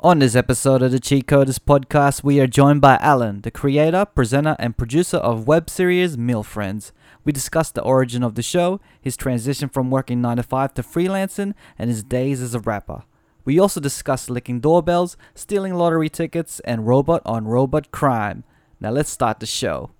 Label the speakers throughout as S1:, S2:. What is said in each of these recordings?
S1: On this episode of the Cheat Coders podcast, we are joined by Alan, the creator, presenter, and producer of web series Meal Friends. We discuss the origin of the show, his transition from working 9 to 5 to freelancing, and his days as a rapper. We also discuss licking doorbells, stealing lottery tickets, and robot on robot crime. Now let's start the show.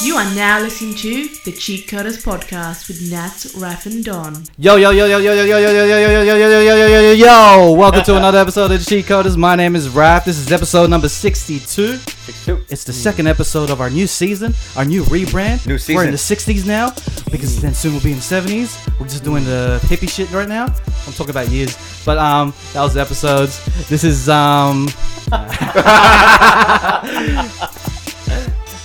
S2: You are now listening to the Cheat Coders Podcast with Nats, Raf, and Don.
S1: Yo yo yo yo yo yo yo yo yo yo yo yo yo yo yo yo yo yo yo! Welcome to another episode of the Cheat Coders. My name is Raph. This is episode number sixty-two. It's the second episode of our new season, our new rebrand.
S3: Hmm.
S1: We're
S3: New
S1: in
S3: season. Hmm.
S1: the sixties now because then soon we'll be in the seventies. We're just doing the hippie shit right now. I'm talking about years, but um, that was the episodes. This is um.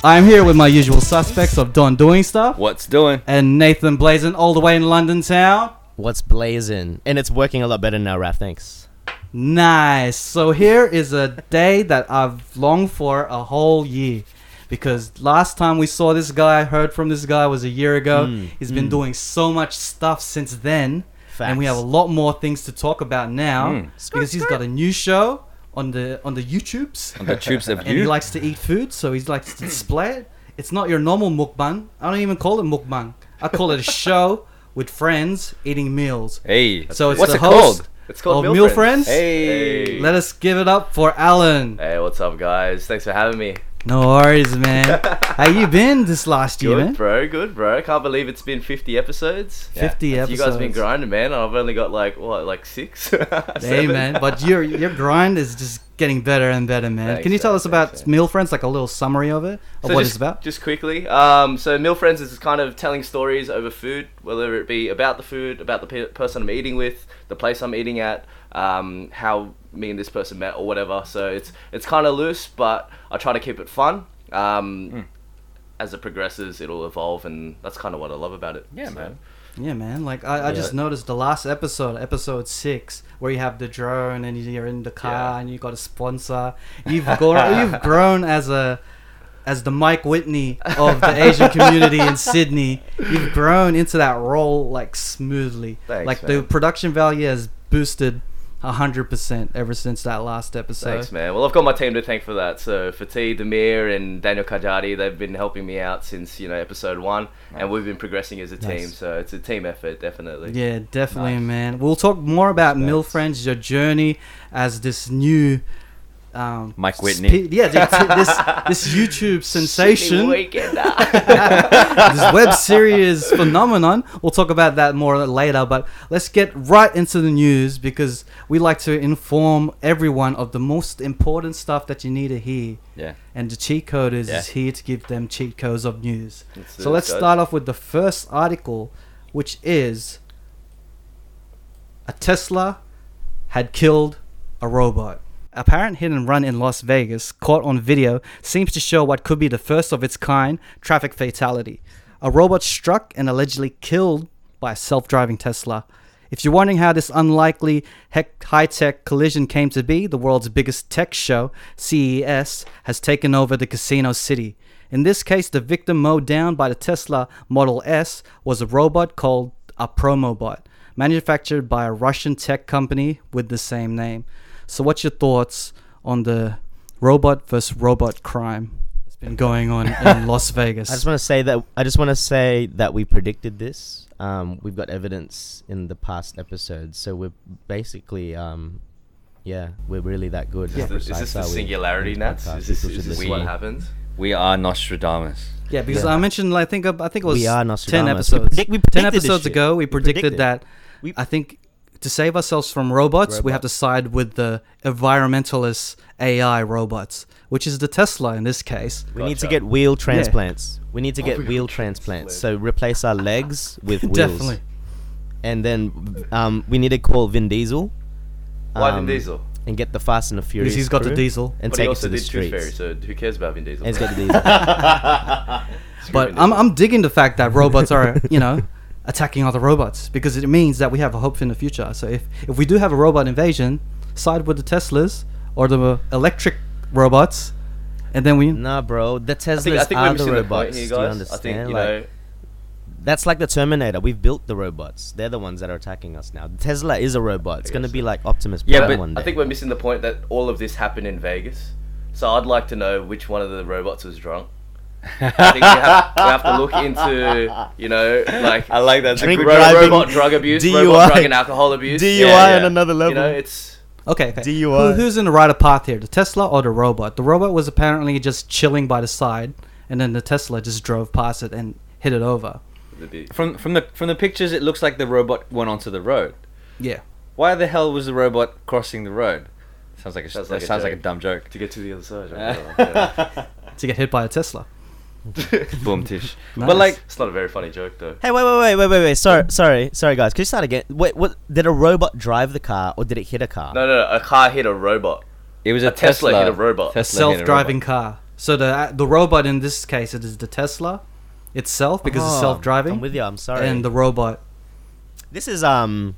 S1: I'm here with my usual suspects of Don doing stuff
S3: What's doing?
S1: and Nathan Blazin all the way in London town.
S4: What's blazing? And it's working a lot better now, Raph. Thanks.
S1: Nice. So here is a day that I've longed for a whole year. Because last time we saw this guy, heard from this guy was a year ago.
S3: Hmm,
S1: He's been doing so much stuff since then. And we have
S4: Facts.
S1: a lot more things to talk about now.
S3: Mm.
S1: Because he's got a new show on the on the YouTubes.
S3: On the tubes of
S1: and he
S3: you.
S1: likes to eat food, so he likes to display it. It's not your normal mukbang. I don't even call it mukbang. I call it a show with friends eating meals.
S3: hey,
S1: So it's
S3: what's
S1: the
S3: it
S1: host
S3: called?
S5: It's called Meal,
S1: Oh, Meal Friends?
S5: Friends.
S3: Hey.
S1: Let us give it up for Alan.
S5: Hey, what's up, guys? Thanks for having me.
S1: No worries, man. How you been this last year,
S5: Good,
S1: man?
S5: bro. Good, bro. Can't believe it's been 50 episodes.
S3: Yeah.
S1: 50
S5: You
S1: episodes.
S5: guys been grinding, man. and I've only got like what, like six?
S1: Hey,
S5: Seven?
S1: man. But your your grind is just getting better and better, man.
S5: Thanks,
S1: Can you tell us
S5: thanks,
S1: about
S5: thanks,
S1: Meal Friends, like a little summary of it, of
S5: So
S1: what
S5: just,
S1: it's about?
S5: Just quickly. Um, so Meal Friends is kind of telling stories over food, whether it be about the food, about the pe- person I'm eating with, the place I'm eating at, um, how me and this person met, or whatever. So it's it's kind of loose, but I try to keep it fun. Um,
S1: Hmm.
S5: As it progresses, it'll evolve, and that's kind of what I love about it.
S3: Yeah,
S5: So-
S3: man.
S1: Yeah, man. Like I, I
S4: Yeah.
S1: just noticed the last episode, episode six, where you have the drone and you're in the car
S5: Yeah.
S1: and you got a sponsor. You've grown. you've grown as a as the Mike Whitney of the Asian community in Sydney. You've grown into that role like smoothly.
S5: Thanks,
S1: like the
S5: man.
S1: production value has boosted hundred percent ever since that last episode.
S5: Thanks, man. Well, I've got my team to thank for that. So Fatih, Demir, and Daniel Kajadi, they've been helping me out since you know episode one, and we've been progressing as a team.
S1: Nice.
S5: So it's a team effort, definitely.
S1: Yeah, definitely, man. We'll talk more about Mill Friends, your journey as this new. Um,
S3: Mike Whitney.
S1: yeah, this, this, this YouTube
S5: Sydney
S1: sensation,
S5: Weekend, ah.
S1: this web series phenomenon. We'll talk about that more later, but let's get right into the news because we like to inform everyone of the most important stuff that you need to hear.
S3: Yeah.
S1: And the cheat coders
S3: Yeah.
S1: is here to give them cheat codes of news.
S5: Let's do
S1: so
S5: it,
S1: let's
S5: guys.
S1: start off with the first article, which is a Tesla had killed a robot. Apparent hit and run in Las Vegas, caught on video, seems to show what could be the first of its kind traffic fatality. A robot struck and allegedly killed by a self driving Tesla. If you're wondering how this unlikely high tech collision came to be, the world's biggest tech show, CES, has taken over the casino city. In this case, the victim mowed down by the Tesla Model S was a robot called a Promobot, manufactured by a Russian tech company with the same name. So, what's your thoughts on the robot versus robot crime that's been going on in Las Vegas?
S4: I just want to say that I just want to say that we predicted this. Um, we've got evidence in the past episodes, so we're basically, um, yeah, we're really that good.
S1: Yeah.
S5: Is this- Is this the singularity, Nats? Is this, is this what happens?
S3: We are Nostradamus.
S1: yeah, because
S4: Yeah.
S1: I mentioned, I think, I think it was
S4: We are
S1: ten
S4: Nostradamus.
S1: episodes.
S4: We predict- we
S1: ten
S4: predicted this
S1: episodes
S4: shit.
S1: ago, we
S4: We
S1: predicted,
S4: predicted.
S1: that.
S4: We-
S1: I think to save ourselves from robots, we have to
S4: Robots.
S1: side with the environmentalist AI robots, which is the Tesla in this case.
S4: We need
S5: Gotcha.
S4: to
S5: Oh
S4: get wheel transplants. We need to get wheel transplants. So replace our legs with wheels.
S1: Definitely.
S4: And then um, we need to call Vin Diesel.
S5: Why Vin
S4: um,
S5: Diesel?
S4: And get the Fast and the Furious.
S1: he's got the
S4: crew
S1: diesel.
S4: And
S5: But
S4: take
S5: he
S4: it to
S5: also
S4: the
S5: did Tooth Fairy,
S4: streets.
S5: so who cares about Vin Diesel?
S4: And he's got the diesel.
S1: But I'm, I'm digging the fact that robots are, you know, attacking other robots because it means that we have a hope in the future. So if, if we do have a robot invasion, side with the Teslas or the electric robots, and then we.
S4: Nah, bro. The
S5: I think,
S4: Teslas
S5: I think we're
S4: are the
S5: missing the point
S4: robots.
S5: here,
S4: Do you
S5: guys. I
S4: understand?
S5: think you
S4: Like,
S5: know.
S4: That's like the Terminator. We've built the robots. They're the ones that are attacking us now. Tesla is a robot. It's gonna
S5: guess
S4: be like Optimus
S5: Yeah,
S4: Prime
S5: but
S4: one day.
S5: I think we're missing the point that all of this happened in Vegas. So I'd like to know which one of the robots was drunk. I think we have, we have to look into, you know, like
S3: I like that.
S4: Drink
S3: Drink
S5: ro-
S4: driving,
S5: robot drug abuse,
S4: DUI.
S5: robot drug and alcohol abuse.
S4: DUI
S5: Yeah,
S4: on
S5: yeah.
S4: another
S5: You know,
S4: level.
S5: it's
S1: Okay, okay.
S4: DUI.
S1: Who, who's in the right path here, the Tesla or the robot? The robot was apparently just chilling by the side, and then the Tesla just drove past it and hit it over.
S5: it'd be-
S3: from from the from the pictures, it looks like the robot went onto the road.
S1: Yeah.
S3: Why the hell was the robot crossing the road? Sounds like a
S5: Sounds
S3: sounds
S5: like
S3: like,
S5: a
S3: sounds like a
S5: joke.
S3: dumb joke.
S5: to get to the other side. right? Yeah.
S1: To get hit by a Tesla.
S3: Boom tish.
S1: Nice.
S3: But like,
S5: it's not a very funny joke though.
S4: Hey, wait, wait, wait, wait, wait, wait. Sorry, sorry, sorry, guys. Can you start again? Wait, what? Did a robot drive the car, or did it hit a car?
S5: No, no, no, a car hit a robot.
S3: it was a,
S5: A Tesla hit a robot.
S1: A
S3: Tesla hit a
S1: self-driving
S3: robot.
S1: car. So the uh, the robot in this case it is the Tesla itself because
S4: Oh,
S1: it's self-driving.
S4: I'm with you. I'm sorry.
S1: And the robot.
S4: this is um,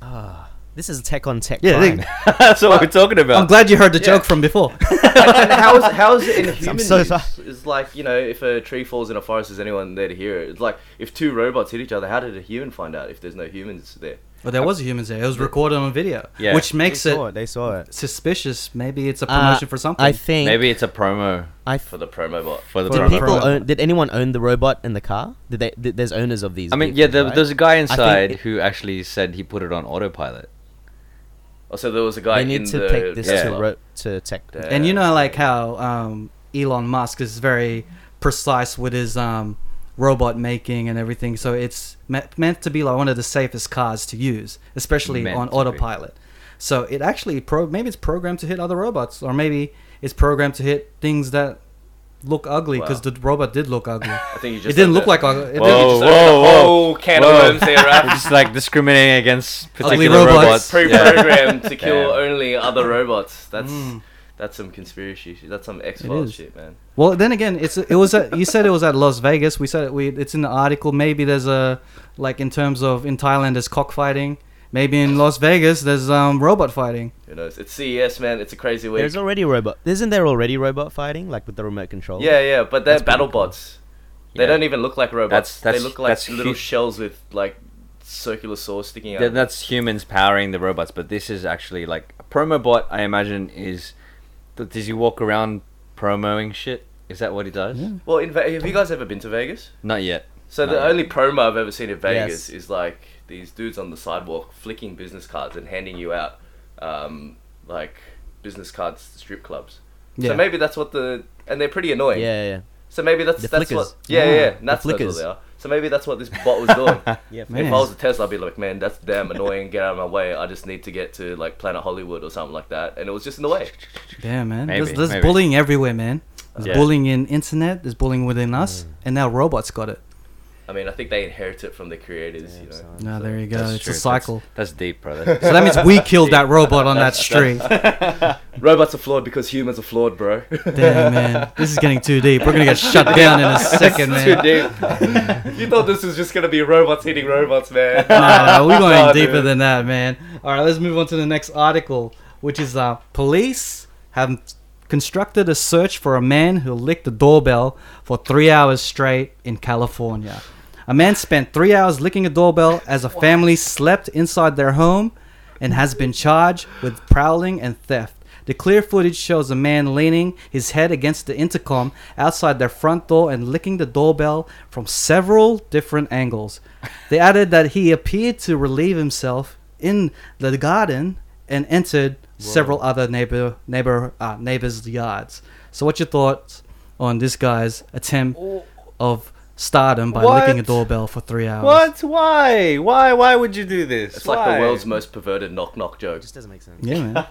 S4: ah, this is tech on tech.
S1: Yeah,
S4: crime.
S1: they-
S3: That's what we're talking
S1: I'm
S3: about.
S1: glad you heard the
S5: Uh, Yeah.
S1: joke from before.
S5: and how is how is it in human
S4: I'm so
S5: use?
S4: sorry.
S5: It's like you know, if a tree falls in a forest, is anyone there to hear it? It's like if two robots hit each other, how did a human find out if there's no humans there?
S1: But there was humans there. It was recorded on video,
S3: Yeah.
S1: which
S4: They
S1: makes
S4: saw
S1: it
S4: it. They saw it.
S1: suspicious. Maybe it's a
S4: Uh,
S1: promotion for something.
S4: I think
S3: Maybe it's a promo
S4: I
S5: For
S4: th-
S5: the promo bot.
S3: for the
S1: For
S4: did
S1: the pro-
S3: promo.
S4: people
S1: robot.
S4: own, did anyone own the robot in the car? Did they? Did, there's owners of these.
S3: I mean,
S4: vehicles,
S3: yeah, there,
S4: right?
S3: there's a guy
S4: think
S3: inside
S4: it-
S3: who actually said he put it on autopilot.
S5: Also, Oh, there was a guy
S4: They need
S5: in
S4: to
S5: the
S4: take this to
S3: Tesla.
S4: ro- to tech.
S5: Yeah.
S1: and you know, like how um, Elon Musk is very precise with his um, robot making and everything. So it's me- meant to be like one of the safest cars to use, especially
S3: Meant
S1: on
S3: to be.
S1: autopilot. So it actually pro- maybe it's programmed to hit other robots, or maybe it's programmed to hit things that look ugly because
S5: Wow.
S1: the robot did look ugly.
S5: I think you
S1: it
S5: just opened
S1: didn't look
S5: a-
S1: like a, it
S5: You
S1: didn't-
S3: Whoa,
S5: just opened a
S3: Oh, whoa,
S5: whole can of
S3: whoa.
S5: worms there, right?
S3: It's like discriminating against
S1: Ugly
S3: particular
S1: robots.
S3: robots. Yeah.
S5: Pre-programmed to kill
S3: Yeah.
S5: only other robots. That's
S3: Hmm.
S1: Mm.
S5: that's some conspiracy shit. That's some X Files
S1: is.
S5: shit, man.
S1: Well, then again, it's it was at, you said it was at Las Vegas. We said it, we it's in the article. Maybe there's a like in terms of in Thailand there's cockfighting. Maybe in Las Vegas there's um robot fighting.
S5: Who knows? It's CES, man. It's a crazy week.
S4: There's already robot. Isn't there already robot fighting like with the remote control?
S5: Yeah, yeah, but they're
S4: That's pretty
S5: battle
S4: cool.
S5: bots. They
S3: Yeah.
S5: don't even look like robots.
S3: That's- that's-
S5: they look like
S3: that's
S5: little
S3: huge.
S5: shells with like circular saws sticking out.
S3: Th- That's humans powering the robots, but this is actually like a promo bot. I imagine is th- does he walk around promoing shit? Is that what he does?
S5: well, in Ve- have you guys ever been to Vegas?
S3: Not yet.
S5: So the
S3: No.
S5: only promo I've ever seen in Vegas
S4: Yes.
S5: is like these dudes on the sidewalk flicking business cards and handing you out um, like business cards to strip clubs.
S1: Yeah.
S5: So maybe that's what the and they're pretty annoying.
S4: Yeah, yeah.
S5: So maybe that's
S4: The
S5: that's
S4: flickers.
S5: what yeah
S4: Ah,
S5: yeah, yeah.
S4: the
S5: that's that's what
S4: flickers.
S5: they are. So maybe that's what this bot was doing.
S4: Yeah,
S1: Man.
S5: If I was a Tesla, I'd be like, man, that's damn annoying. Get out of my way. I just need to get to like Planet Hollywood or something like that. And it was just in the way.
S1: Damn man, there's,
S3: Maybe,
S1: there's
S3: maybe.
S1: bullying everywhere, man. There's
S3: Yeah. Mm.
S1: bullying in internet. There's bullying within us, and now robots got it.
S5: I mean, I think they inherit it from the creators, you
S4: Damn,
S5: know.
S4: son.
S1: Now Ah, there you go.
S3: That's
S1: it's
S3: true.
S1: a
S3: That's-
S1: cycle.
S3: That's, deep, brother.
S1: So that means we killed that robot on that street.
S5: Robots are flawed because humans are flawed, bro.
S1: Damn man, this is getting too deep. We're gonna get shut down in a second,
S5: It's
S1: man.
S5: Too deep. you thought this was just gonna be robots hitting robots, man.
S1: no, no, we're going
S5: Nah,
S1: deeper
S5: dude.
S1: than that, man. All right, let's move on to the next article, which is uh, police have constructed a search for a man who licked the doorbell for three hours straight in California. A man spent three hours licking a doorbell as a family slept inside their home and has been charged with prowling and theft. The clear footage shows a man leaning his head against the intercom outside their front door and licking the doorbell from several different angles. They added that he appeared to relieve himself in the garden and entered several other neighbor neighbor uh, neighbors' yards. So, what's your thoughts on this guy's attempt of stardom by licking a
S3: Oh. What?
S1: doorbell for three hours?
S3: what? Why? Why? Why would you do this?
S5: It's like the
S3: Why?
S5: world's most perverted knock knock joke.
S4: Just doesn't make sense.
S1: Yeah, man.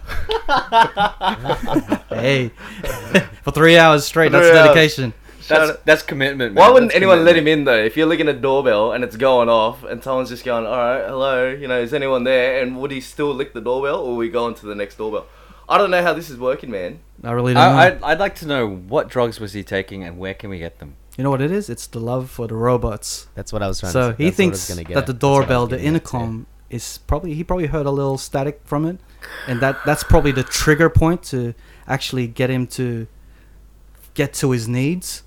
S1: hey, for three hours straight, that's
S5: Three hours.
S1: dedication.
S3: That's that's commitment. Man.
S5: Why wouldn't
S3: That's
S5: anyone let him
S3: commitment.
S5: in though? If you're licking a doorbell and it's going off, and someone's just going, "All right, hello," you know, is anyone there? And would he still lick the doorbell, or we go on to the next doorbell? I don't know how this is working, man.
S1: I really don't
S3: I,
S1: know.
S3: I'd, I'd like to know what drugs was he taking and where can we get them.
S1: You know what it is? It's the love for the robots.
S4: That's what I was trying.
S1: So
S4: to,
S1: he
S4: that's what I was
S1: thinks
S4: gonna get
S1: that
S4: at.
S1: the
S4: That's what I was
S1: doorbell, the
S4: getting at, yeah.
S1: intercom, is probably he probably heard a little static from it, and that that's probably the trigger point to actually get him to get to his needs.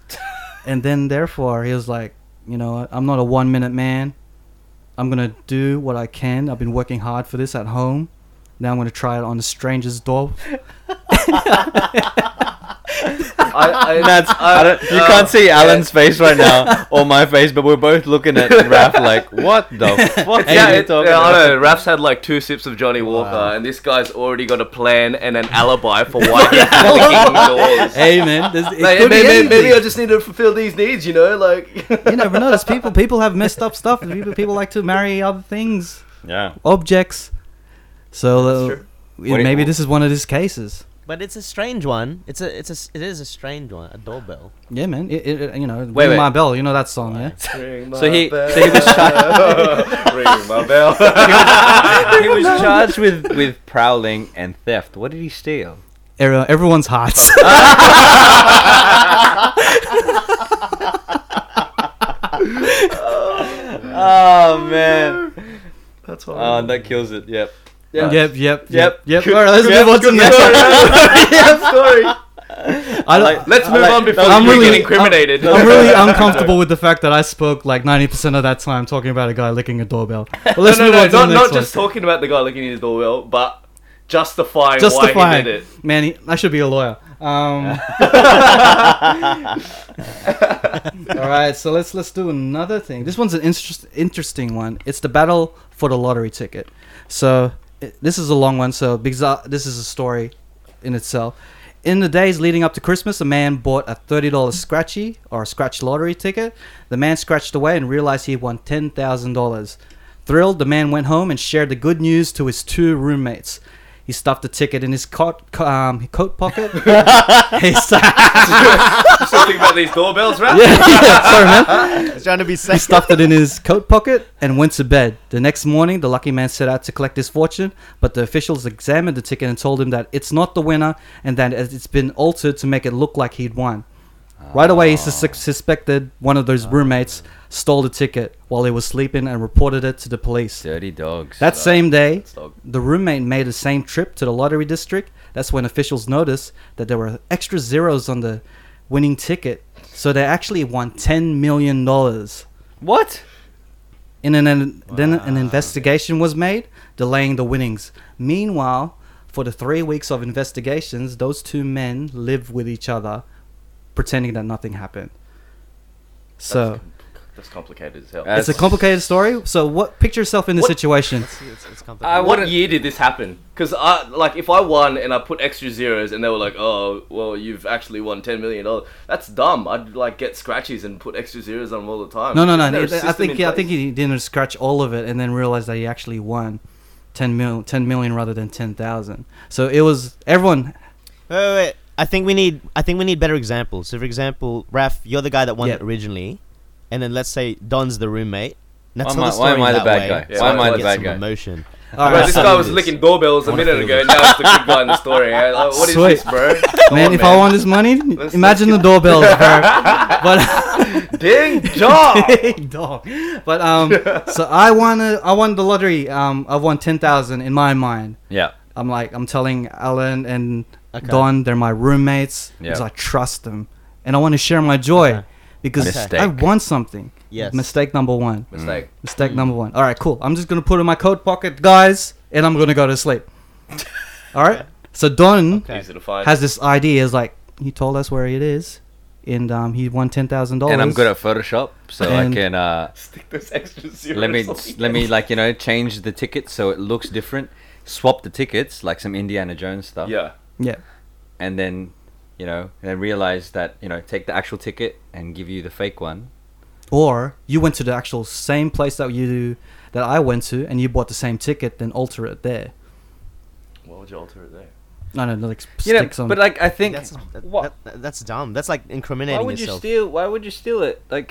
S1: and then, therefore, he was like, you know, I'm not a one minute man. I'm going to do what I can. I've been working hard for this at home. Now I'm going to try it on a stranger's door.
S5: I, I,
S3: Matt's, I don't, you
S5: uh,
S3: can't see Alan's face right now or my face, but we're both looking at Raph like, what the fuck
S5: yeah,
S3: are you
S5: it-
S3: talking
S5: yeah, I know.
S3: about?
S5: Raph's had like two sips of Johnny Walker, and this guy's already got a plan and an alibi for why he's fucking doors.
S1: hey, man. there's- It
S5: Like,
S1: could be
S5: maybe, maybe,
S1: anything.
S5: I just need to fulfill these needs, you know, like.
S1: you never know. There's people. People have messed up stuff. and People, people like to marry other things,
S3: Yeah.
S1: objects. So uh,
S5: That's true.
S1: yeah,
S3: What do you-
S1: maybe this is one of these cases.
S4: But it's a strange one. It's a it's a it is a strange one. A doorbell.
S1: Yeah, man. It, it, it- you know,
S3: Wait,
S1: Ring
S3: wait.
S1: my bell. You know that song, yeah.
S5: Ring
S3: So he-
S5: my
S3: so he was
S5: bell. Ring my bell.
S3: he was charged with, with prowling and theft. What did he steal?
S1: Every- Everyone's hearts.
S3: Oh, man.
S1: Uh,
S5: That's
S3: Oh,
S5: horrible.
S3: that kills it. Yep.
S5: Yeah.
S1: yep, yep,
S3: Yep.
S1: yep, yep. All right, let's move on to the next.
S5: I'm sorry.
S1: one. I don't-
S5: Let's move on before
S1: I'm
S5: you
S1: really-
S5: get incriminated.
S1: I'm really uncomfortable with the fact that I spoke like 90% of that time talking about a guy licking a doorbell. Well,
S5: No,
S1: let's
S5: no,
S1: move
S5: no,
S1: on to
S5: not,
S1: the
S5: not
S1: next
S5: just
S1: one.
S5: talking about the guy looking at his doorbell, but justifying, why he
S1: Justifying,
S5: did it.
S1: man. He, I should be a lawyer. Um, all right, so let's let's do another thing. This one's an interest, interesting one. It's the battle for the lottery ticket. So i this is a long one. So because uh, this is a story in itself. In the days leading up to Christmas, a man bought a $30 scratchy or a scratch lottery ticket. The man scratched away and realized he won $10,000. Thrilled, the man went home and shared the good news to his two roommates. He stuffed the ticket in his coat, co- um, coat pocket. he stu-
S5: Something about these doorbells, right?
S1: Sorry, man.
S4: trying to be
S1: He stuffed it in his coat pocket and went to bed. The next morning, the lucky man set out to collect his fortune, but the officials examined the ticket and told him that it's not the winner and that it's been altered to make it look like he'd won. Right away, he sus- suspected one of those roommates stole the ticket while he was sleeping and reported it to the police.
S3: Dirty dogs. Uh,
S1: That same day,
S5: dog.
S1: the roommate made the same trip to the lottery district. That's when officials noticed that there were extra zeros on the winning ticket, so they actually won ten million dollars.
S3: What?
S1: In an, then an investigation was made, delaying the winnings. Meanwhile, for the three weeks of investigations, those two men lived with each other, pretending that nothing happened. So
S5: That's complicated as hell.
S3: Uh,
S1: it's a complicated story. So what? Picture yourself in this
S5: What-
S1: situation.
S4: It's, it's
S5: I
S4: complicated.
S5: what year did this happen? Because I like if I won and I put extra zeros and they were like, oh well, you've actually won ten million dollars. That's dumb. I'd like get scratchies and put extra zeros on them all the time.
S1: No, no, no.
S5: Isn't there a
S1: I- I
S5: system
S1: think
S5: in
S1: yeah, I
S5: place?
S1: think he didn't scratch all of it and then realize that he actually won 10 mil, 10 million rather than 10,000. So it was everyone.
S4: Wait, wait, wait. I think we need I think we need better examples. So for example, Raf, you're the guy that won
S1: Yeah.
S4: it originally, and then let's say Don's the roommate.
S3: Why
S4: Let's
S3: am
S4: tell
S3: I-
S4: the
S3: why am
S4: story
S3: I the
S4: that
S3: bad
S4: way,
S3: guy?
S4: so
S5: Why am
S4: we
S5: I
S4: can
S5: the
S4: get
S3: bad
S4: some
S3: guy?
S4: Emotion.
S1: All
S5: Bro,
S1: right,
S5: this
S1: so-
S5: guy was licking doorbells a
S4: wanna
S5: minute
S4: feel
S5: ago,
S4: this.
S5: and now it's the good guy in the story. eh? Like, what is this,
S1: Sweet.
S5: bro?
S1: man, if I won this money,
S5: Oh, let's
S1: imagine the doorbells, bro. But
S5: want, ding job.
S1: Ding dong. But um, so I won. A, I won the lottery. Um, I won ten thousand in my mind.
S3: Yeah.
S1: I'm like, I'm telling Alan and
S4: Okay.
S1: Don, they're my roommates because
S3: Yeah.
S1: I trust them, and I want to share my joy
S4: Okay.
S1: because
S3: Mistake.
S1: I want something.
S4: Yes.
S1: Mistake number one.
S5: Mistake.
S1: Mistake number one. All right, cool. I'm just gonna put it in my coat pocket, guys, and I'm gonna go to sleep. All right. So Don
S4: Okay.
S5: Easy to find.
S1: has this idea. Is like he told us where it is, and um, he won ten thousand dollars.
S3: And I'm good at Photoshop, so I
S1: And-
S3: can uh,
S5: Stick those extra zeros.
S3: let me
S5: on the
S3: let me like you know change the tickets so it looks different. Swap the tickets like some Indiana Jones stuff.
S5: end. Yeah.
S1: Yeah.
S3: and then you know and then realize that you know take the actual ticket and give you the fake one
S1: or you went to the actual same place that you that I went to and you bought the same ticket, then alter it there.
S5: Why would you alter it there?
S1: No, no, no, like
S3: you know,
S1: sticks on.
S3: but like i think
S4: That's, that-
S3: what
S4: that- that's dumb. That's like incriminating
S3: why would you
S4: yourself.
S3: steal why would you steal it like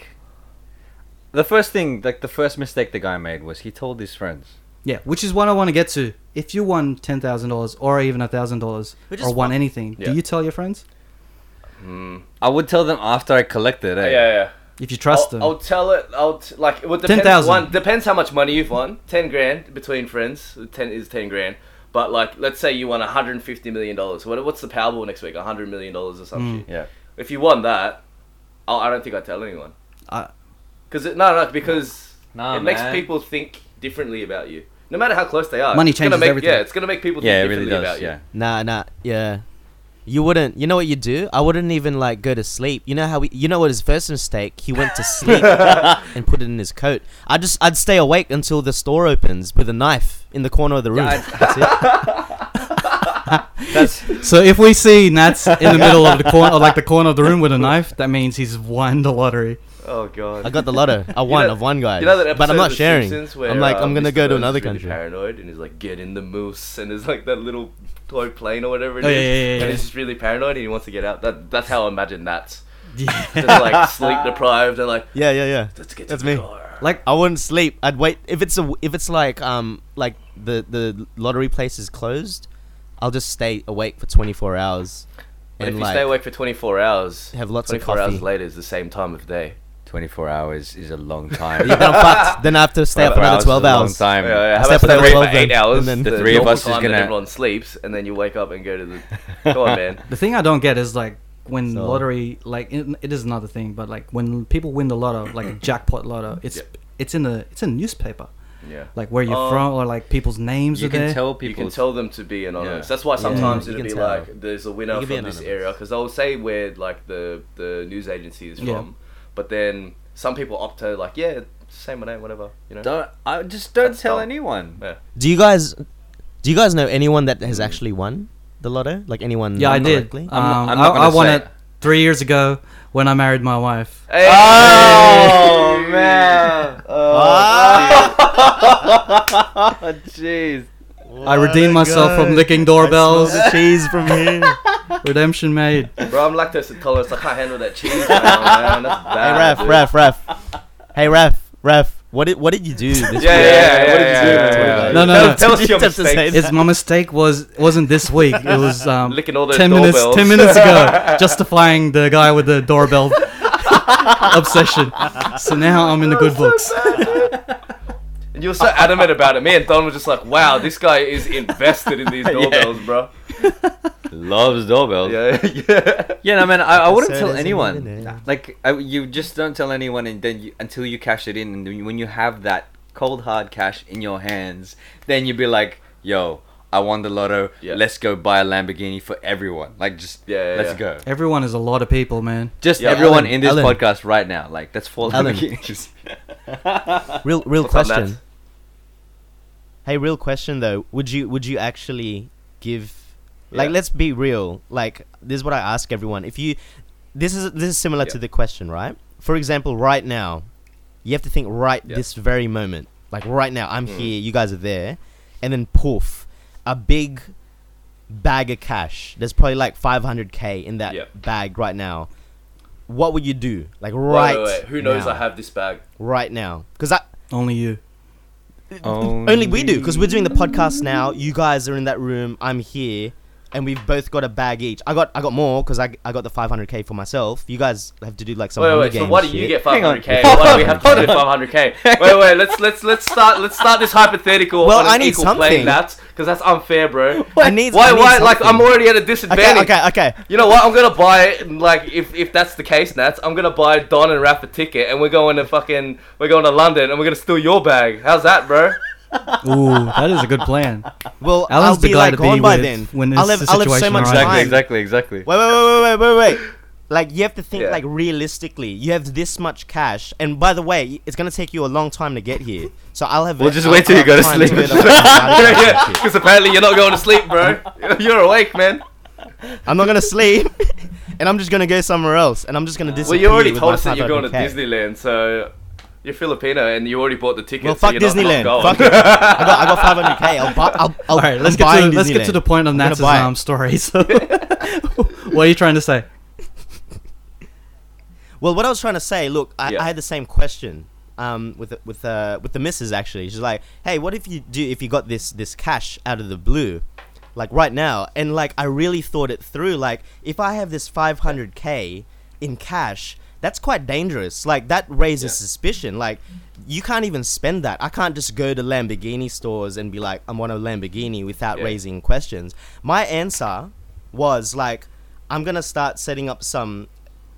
S3: the first thing like the first mistake the guy made was he told his friends
S1: yeah, which is what I want to get to. If you won ten thousand dollars or even a thousand dollars
S4: Which
S1: or
S4: is
S1: won
S4: fun.
S1: anything,
S5: Yeah.
S1: do you tell your friends
S3: i would tell them after i collected
S5: Yeah,
S3: eh?
S5: Oh, yeah. yeah.
S1: if you trust them?
S5: I'll, I'll tell it. I'll t- like. It would depend,
S1: 10,000.
S5: One depends how much money you've won. Ten grand between friends. Ten is ten grand. But like, let's say you won 150 million dollars. What, what's the Powerball next week? 100 million dollars or some
S1: Mm.
S5: shit.
S3: Yeah.
S5: If you won that, I, I don't think I'd tell anyone.
S1: I-
S5: Because it, no, no, because
S3: Nah,
S5: it makes
S3: man.
S5: people think differently about you, no matter how close they are.
S1: Money
S5: It's gonna
S1: changes
S5: make,
S1: everything.
S5: Yeah, it's gonna make people think
S3: Yeah, it really
S5: differently
S3: does.
S5: about you.
S4: Nah,
S3: Yeah.
S4: nah, yeah. You wouldn't. You know what you do? I wouldn't even like go to sleep. You know how we? You know what his first mistake? He went to sleep and put it in his coat. I just I'd stay awake until the store opens with a knife in the corner of the room.
S3: Yeah,
S4: That's it.
S3: That's
S1: So if we see Nats in the middle of the corner, or like the corner of the room with a knife, that means he's won the lottery.
S5: Oh god.
S4: I got the lotto. I won.
S5: know-
S4: I've won, guys.
S5: You know that episode
S4: but I'm
S5: of
S4: not
S5: The
S4: sharing.
S5: Simpsons where,
S4: I'm like
S5: uh,
S4: I'm gonna
S5: Mr.
S4: go to
S5: Burns is
S4: another
S5: really
S4: country.
S5: Paranoid, and he's like, "Get in the moose," and there's like that little toy plane or whatever. it
S1: Oh,
S5: is,
S1: yeah, yeah, yeah,
S5: And
S1: yeah.
S5: he's just really paranoid, and he wants to get out. That that's how I imagine that.
S1: Yeah.
S5: Just like sleep deprived, and like,
S4: Yeah, yeah, yeah.
S5: let's get to
S4: That's
S5: the
S4: me.
S5: car.
S1: Like
S4: I wouldn't sleep. I'd wait if it's a if it's like um like the the lottery place is closed. I'll just stay awake for 24 hours.
S5: But
S4: and,
S5: if you
S4: like,
S5: stay awake for 24 hours,
S4: Have lots of
S5: 24 hours
S4: coffee.
S5: later is the same time of day.
S3: 24 hours is a long time.
S4: then I'm fucked. Then I have to stay up
S3: 24
S4: another 12
S3: hours is a long
S4: hours.
S3: time.
S5: yeah, yeah.
S4: I
S5: How
S4: slept
S5: about
S4: for
S5: stay
S4: the
S5: awake
S4: 12
S5: for eight
S4: then,
S5: hours?
S4: and then-
S5: the,
S3: The three of
S5: normal
S3: us is
S5: time that
S3: gonna-
S5: everyone sleeps, and then you wake up and go to the. Come on, man.
S1: the thing I don't get is like when
S4: So-
S1: lottery, like it, it is another thing, but like when people win the lotto, like a jackpot lotto, it's
S5: Yeah.
S1: it's in the it's in the newspaper,
S5: Yeah.
S1: like where you're
S5: Oh.
S1: from or like people's names
S3: you
S1: are
S3: can
S1: there.
S3: tell
S5: you
S3: people.
S5: can tell them to be anonymous. That's why
S4: Yeah,
S5: sometimes
S4: you
S5: it'll
S4: can
S5: be
S4: tell.
S5: like there's a
S4: You
S5: winner
S4: can
S5: from
S4: be
S5: this
S4: anonymous.
S5: area because they'll say where like the the news agency is
S1: Yeah.
S5: from, but then some people opt to like yeah, say my name, whatever. You know.
S3: Don't. I just don't
S5: That's
S3: tell
S5: dumb.
S3: anyone.
S5: Yeah.
S4: Do you guys do you guys know anyone that has actually won the lotto? Like anyone?
S1: yeah, I
S4: known
S1: did.
S4: directly?
S3: I'm not-
S1: Um,
S3: I'm not
S1: I, I
S3: gonna
S1: won
S3: say
S1: it
S3: it.
S1: three years ago when I married my wife.
S5: Hey!
S3: Oh, man.
S4: Ah,
S3: Oh, jeez.
S1: I redeemed myself from licking doorbells.
S4: the cheese from here.
S1: Redemption made.
S5: Bro, I'm lactose intolerant. I can't handle that cheese right now, man. That's
S4: hey,
S5: bad.
S4: ref,
S5: dude.
S4: ref, ref. Hey, ref, ref. What did what did you do? This
S5: Yeah, yeah,
S4: week?
S5: yeah.
S3: What
S5: yeah,
S3: did you do?
S5: yeah, yeah,
S3: That's what
S5: yeah.
S3: it is.
S1: No, no,
S5: Tell-
S1: no.
S5: Tell us your
S4: You just have to say
S5: mistakes.
S4: that.
S1: It's my mistake was wasn't this week. It was um,
S5: Licking all those
S1: ten minutes
S5: doorbells.
S1: ten minutes ago, justifying the guy with the doorbell obsession. So now I'm in the good books.
S5: And you were so adamant about it. Me and Don were just like, wow, this guy is invested in these doorbells, bro.
S3: Loves doorbells.
S5: Yeah, yeah.
S3: Yeah, no, man, I, I wouldn't
S4: So
S3: tell
S4: does
S3: anyone.
S4: anyone else.
S3: Like, I, you just don't tell anyone, and then you, until you cash it in, and then when you have that cold hard cash in your hands, then you be like, "Yo, I won the lotto.
S5: Yeah.
S3: Let's go buy a Lamborghini for everyone. Like, just
S5: Yeah, yeah,
S3: let's
S5: yeah.
S3: go.
S1: Everyone is a lot of people, man.
S3: Just
S5: Yeah,
S3: everyone
S4: Alan,
S3: in this
S4: Alan.
S3: podcast right now. Like, that's four
S4: Alan.
S3: Lamborghinis.
S4: Real, real
S5: What's up,
S4: question.
S5: Matt?
S4: Hey, real question though. Would you would you actually give? Like,
S5: Yeah.
S4: let's be real. Like, this is what I ask everyone. If you, this is this is similar to
S5: Yeah.
S4: the question, right? For example, right now, you have to think right
S5: Yeah. Mm.
S4: this very moment. Like right now, I'm here. You guys are there, and then poof, a big bag of cash. There's probably like 500k in that
S5: Yeah.
S4: bag right now. What would you do? Like
S5: Wait,
S4: right.
S5: wait, wait. Who knows
S4: now.
S5: I have this bag?
S4: right now? Because I
S1: Only you.
S4: only we do because we're doing the podcast now. You guys are in that room. I'm here, and we've both got a bag each. I got I got more because I, I got the 500k for myself. You guys have to do like some
S5: Wait,
S4: Hunger
S5: wait. So
S4: Games
S5: why do you get
S4: shit.
S3: Hang on.
S5: 500k? Why do we have to get 500k? Wait, wait. Let's let's let's start let's start this hypothetical
S4: Well,
S5: on an
S4: I need
S5: equal plane,
S4: something.
S5: Nats, because that's unfair, bro.
S4: I need
S5: Why?
S4: I need
S5: Why? Like
S4: something.
S5: I'm already at a
S4: okay
S5: disadvantage.
S4: okay okay.
S5: You know what? I'm gonna buy like if if that's the case, Nats. I'm gonna buy Don and Raph a ticket, and we're going to fucking we're going to London, and we're gonna steal your bag. How's that, bro?
S1: Ooh, that is a good plan.
S4: Well,
S1: Alan's
S4: I'll
S1: the
S4: be
S1: guy
S4: like
S1: to be
S4: gone by
S1: with
S4: then.
S1: when this
S4: I'll have I'll have so
S1: situation
S4: much
S1: arises.
S3: exactly,
S4: time.
S3: exactly, exactly.
S4: Wait, wait, wait, wait, wait, wait, wait. Like you have to think
S5: Yeah.
S4: like realistically. You have this much cash, and by the way, it's gonna take you a long time to get here. So I'll have.
S3: We'll
S4: a-
S3: just
S4: I'll-
S3: wait till you
S4: I'll
S3: go to
S4: time
S3: sleep.
S4: get a- I'll- I'll-
S5: Because apparently you're not going to sleep, bro. You're awake, man.
S4: I'm not gonna sleep, and I'm just gonna go somewhere else, and I'm just gonna
S5: Well,
S4: disappear.
S5: you already
S4: with
S5: told
S4: my
S5: us that you're going to
S4: 500K.
S5: Disneyland, so you're Filipino and you already bought the ticket.
S4: Well,
S5: so
S4: fuck
S5: you're not-
S4: Disneyland.
S5: Not,
S4: Fuck
S5: going.
S4: it. I got, I got 500k. I'll buy. I'll,
S1: All
S4: I'll,
S1: right, let's
S4: I'm
S1: get to
S4: buying
S1: let's get to
S4: Disneyland.
S1: the point of
S4: gonna
S1: Nats's
S4: buy it.
S1: um, story. So, what are you trying to say?
S4: Well, what I was trying to say, look, I,
S5: Yeah.
S4: I had the same question um, with with uh, with the missus actually. She's like, "Hey, what if you do if you got this this cash out of the blue, like right now?" And like, I really thought it through. Like, if I have this 500k in cash, that's quite dangerous. Like that raises
S5: Yeah.
S4: suspicion. Like you can't even spend that. I can't just go to Lamborghini stores and be like, I'm on a Lamborghini without
S5: Yeah.
S4: raising questions. My answer was like, I'm gonna start setting up some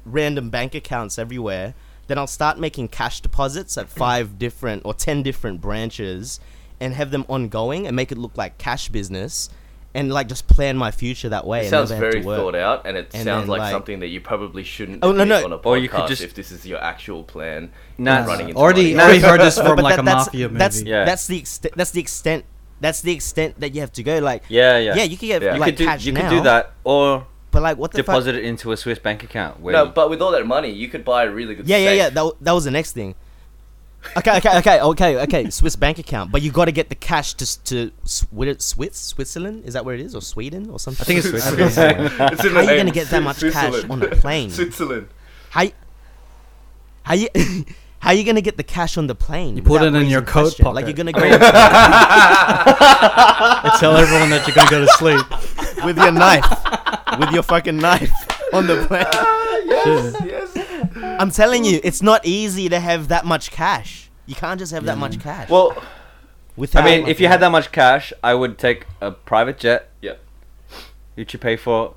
S4: random bank accounts everywhere. Then I'll start making cash deposits at five different or ten different branches and have them ongoing and make it look like cash business and like just plan my future that way.
S5: It
S4: and
S5: sounds
S4: never have to
S5: very
S4: work.
S5: thought out, and it
S4: And
S5: sounds
S4: then,
S5: like,
S4: like-
S5: something that you probably shouldn't
S4: Oh, no,
S5: admit
S4: no.
S5: on a podcast
S3: Or you could just-
S5: if this is your actual plan.
S3: Nah.
S5: and running into
S1: already,
S5: money.
S1: already heard this
S4: No,
S1: from
S4: but
S1: like
S4: that-
S1: a
S4: that's,
S1: mafia movie.
S4: That's
S3: Yeah.
S4: that's the extent. That's the extent. That's the extent that you have to go. Like
S3: Yeah, yeah.
S4: yeah, you can get
S5: Yeah. You
S4: like
S3: could do,
S4: cash
S3: you
S4: now.
S3: could do that or
S4: but like what the
S3: deposit
S4: Fuck?
S3: it into a Swiss bank account. Where
S5: No,
S3: you-
S5: but with all that money, you could buy a really good.
S4: Yeah, yeah,
S5: safe.
S4: yeah. That, w- that was the next thing. Okay, okay, okay, okay, okay. Swiss bank account, but you got to get the cash to s- to Swiss, Swiss, Switzerland. Is that where it is, or Sweden, or something?
S1: I think it's
S5: Swiss-
S1: I think it's-
S5: Swiss- It's in the
S4: How you gonna
S5: name.
S4: get that much cash
S5: Switzerland.
S4: on a plane?
S5: Switzerland.
S4: How you, how you how you gonna get the cash on the plane?
S1: You put
S4: without
S1: it in your
S4: raising
S1: coat
S4: question?
S1: pocket.
S4: Like you're gonna go
S1: I tell everyone that you're gonna go to sleep.
S4: with your knife, with your fucking knife on the plane.
S5: Yes, yes.
S4: I'm telling you, it's not easy to have that much cash. You can't just have that much cash.
S5: Well,
S4: without,
S3: I mean, if you had that much cash, I would take a private jet,
S5: yep.
S3: which you pay for.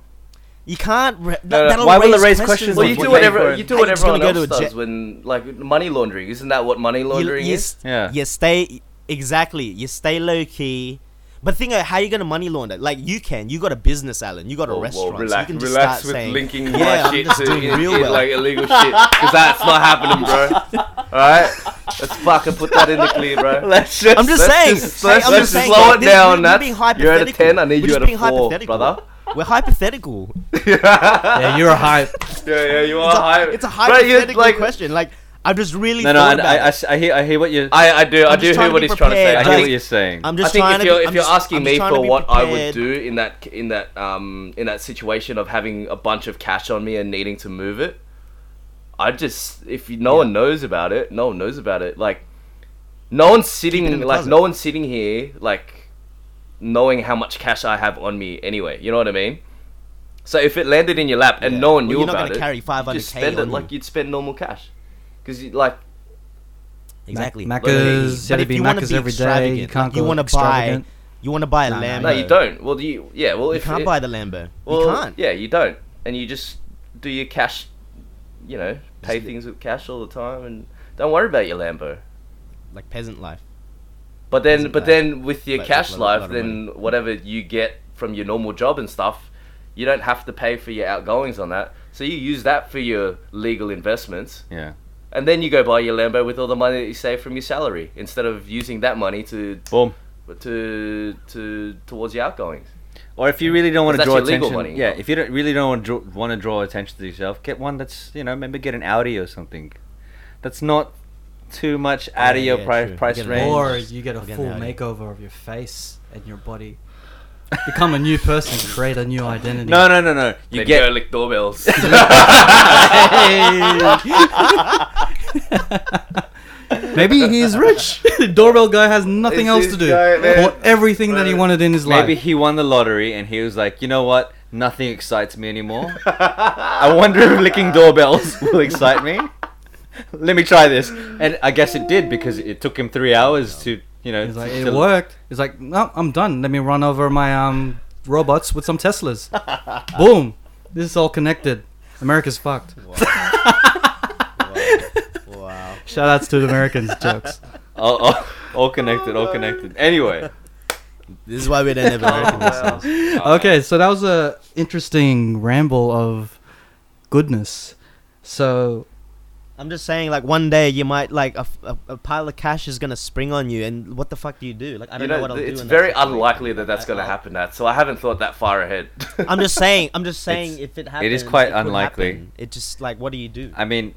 S4: you can't. Re-
S3: no,
S4: that'll
S3: why will it raise questions
S5: Well,
S3: Like,
S5: you do
S3: what do you pay
S5: whatever
S3: for
S5: you
S3: it?
S5: do
S4: Hey,
S5: what
S4: it's gonna
S5: everyone
S4: go to
S5: else
S4: a
S5: does
S4: jet-
S5: when like money laundering. Isn't that what money laundering
S4: you, you,
S5: is?
S4: s-
S3: Yeah.
S4: You stay exactly. You stay low key. But think of how you gonna money launder. Like you can. You got a business, Alan. You got a
S5: Whoa, whoa,
S4: restaurant. so
S5: Oh, relax,
S4: you can just
S5: relax
S4: start
S5: with
S4: saying,
S5: linking
S4: "Yeah,
S5: my
S4: I'm
S5: shit
S4: just
S5: to
S4: doing
S5: in-
S4: real
S5: in,
S4: well."
S5: like illegal shit because that's not happening, bro. All right, let's fucking put that in the clear, bro.
S3: Let's just
S4: I'm just
S5: Let's
S4: saying.
S5: just-
S4: say-
S5: let's
S4: I'm
S5: just
S4: just saying,
S5: slow
S4: like,
S5: it
S4: this-
S5: down,
S4: we're
S5: Nats.
S4: being
S5: You're at a 10, I need
S4: hypothetical.
S5: you
S4: We're just
S5: at a
S4: being
S5: four,
S4: hypothetical.
S5: brother.
S4: We're hypothetical.
S1: Yeah, you're a hype.
S5: Yeah, yeah, you are
S4: It's a,
S5: high.
S4: it's a
S5: Bro, you,
S4: hypothetical
S5: like,
S4: question. Like I'm just really
S3: no, no.
S4: thought
S3: I,
S4: about
S3: I,
S4: it.
S3: I s- I hear, I hear what you're. I,
S5: I, Uh, I do, I do
S4: I'm just
S5: hear
S4: trying
S5: what
S4: to
S5: he's
S4: be
S5: trying to say.
S4: prepared.
S5: I
S3: hear what
S5: think,
S3: you're saying.
S4: I'm
S5: I
S4: just
S5: think
S4: trying
S5: if
S4: to.
S5: you're,
S4: be-
S5: if
S4: I'm
S5: you're
S4: just-
S5: asking
S4: I'm
S5: me
S4: just trying
S5: for
S4: to be
S5: what I would
S4: prepared.
S5: do in that in that um in that situation of having a bunch of cash on me and needing to move it, I just if you, no one knows about it, no one knows about it. Like no one's
S4: it
S5: sitting
S4: in the
S5: like
S4: closet.
S5: no one's sitting here like knowing how much cash I have on me anyway. You know what I mean? So if it landed in your lap and
S4: Yeah.
S5: no one
S4: Well,
S5: knew
S4: you're not
S5: about
S4: gonna
S5: it,
S4: carry
S5: you
S4: 500K
S5: just spend
S4: on
S5: it
S4: you.
S5: like you'd spend normal cash, because you like
S4: Exactly.
S1: Mac-
S5: Look at
S1: Macca's, you have
S4: But
S1: to
S4: if
S1: be
S4: you wanna
S1: Macca's
S4: be
S1: every day. You
S4: extravagant,
S1: can't
S4: like,
S1: go
S4: you wanna buy-
S1: extravagant.
S4: you want to buy a
S1: Nah, nah,
S4: Lambo.
S5: no, you don't. Well, do you yeah. Well,
S4: You
S5: if
S4: can't
S5: it-
S4: buy the Lambo.
S5: Well,
S4: you can't.
S5: Yeah, you don't, and you just do your cash. You know, pay things with cash all the time, and don't worry about your Lambo.
S4: Like peasant life.
S5: But then,
S4: Doesn't
S5: but
S4: matter.
S5: then with your
S4: Like,
S5: cash
S4: like a lot
S5: life,
S4: of
S5: then whatever you get from your normal job and stuff, you don't have to pay for your outgoings on that. So you use that for your legal investments,
S3: yeah.
S5: and then you go buy your Lambo with all the money that you save from your salary instead of using that money to
S3: Boom.
S5: to to towards your outgoings.
S3: Or if you really don't want to
S5: That's
S3: draw
S5: your legal
S3: attention,
S5: money,
S3: yeah.
S5: you know.
S3: If you don't, really don't want to, draw, want to draw attention to yourself, get one that's you know maybe get an Audi or something. That's not too much out of
S4: Yeah,
S3: your
S4: yeah,
S3: price
S4: true.
S3: price
S4: Get an
S3: range.
S1: Or you get a
S4: Again,
S1: full
S4: now you-
S1: makeover of your face and your body. Become a new person, create a new identity.
S3: No, no, no, no. You
S5: Then
S3: get
S5: go lick doorbells.
S1: Maybe he's rich. Doorbell guy has nothing
S5: It's
S1: else
S5: this
S1: to do.
S5: guy, man.
S1: Bought everything that he
S5: Right.
S1: wanted in his
S3: maybe
S1: life.
S3: he won the lottery and he was like, you know what? Nothing excites me anymore. I wonder if licking doorbells will excite me. Let me try this. And I guess it did because it took him three hours to you know.
S1: He's like,
S3: to-
S1: it worked. He's like, no, I'm done. Let me run over my um robots with some Teslas. Boom. This is all connected. America's fucked.
S4: Wow.
S1: Shout outs to the Americans jokes.
S3: All, all, all connected. All connected. Anyway.
S4: This is why we don't have American listeners.
S1: Okay, so that was a interesting ramble of goodness. So
S4: I'm just saying, like one day you might like a, f- a- a pile of cash is gonna spring on you, and what the fuck do you do? Like I don't
S5: You
S4: know,
S5: know,
S4: what I'll
S5: it's
S4: do. in that
S5: very
S4: situation.
S5: unlikely that that's going to
S4: I-
S5: happen. That so I haven't thought that far ahead.
S4: I'm just saying. I'm just saying.
S3: It's-
S4: if it happens,
S3: it is quite
S4: it could
S3: unlikely.
S4: happen. It just like what do you do?
S3: I mean,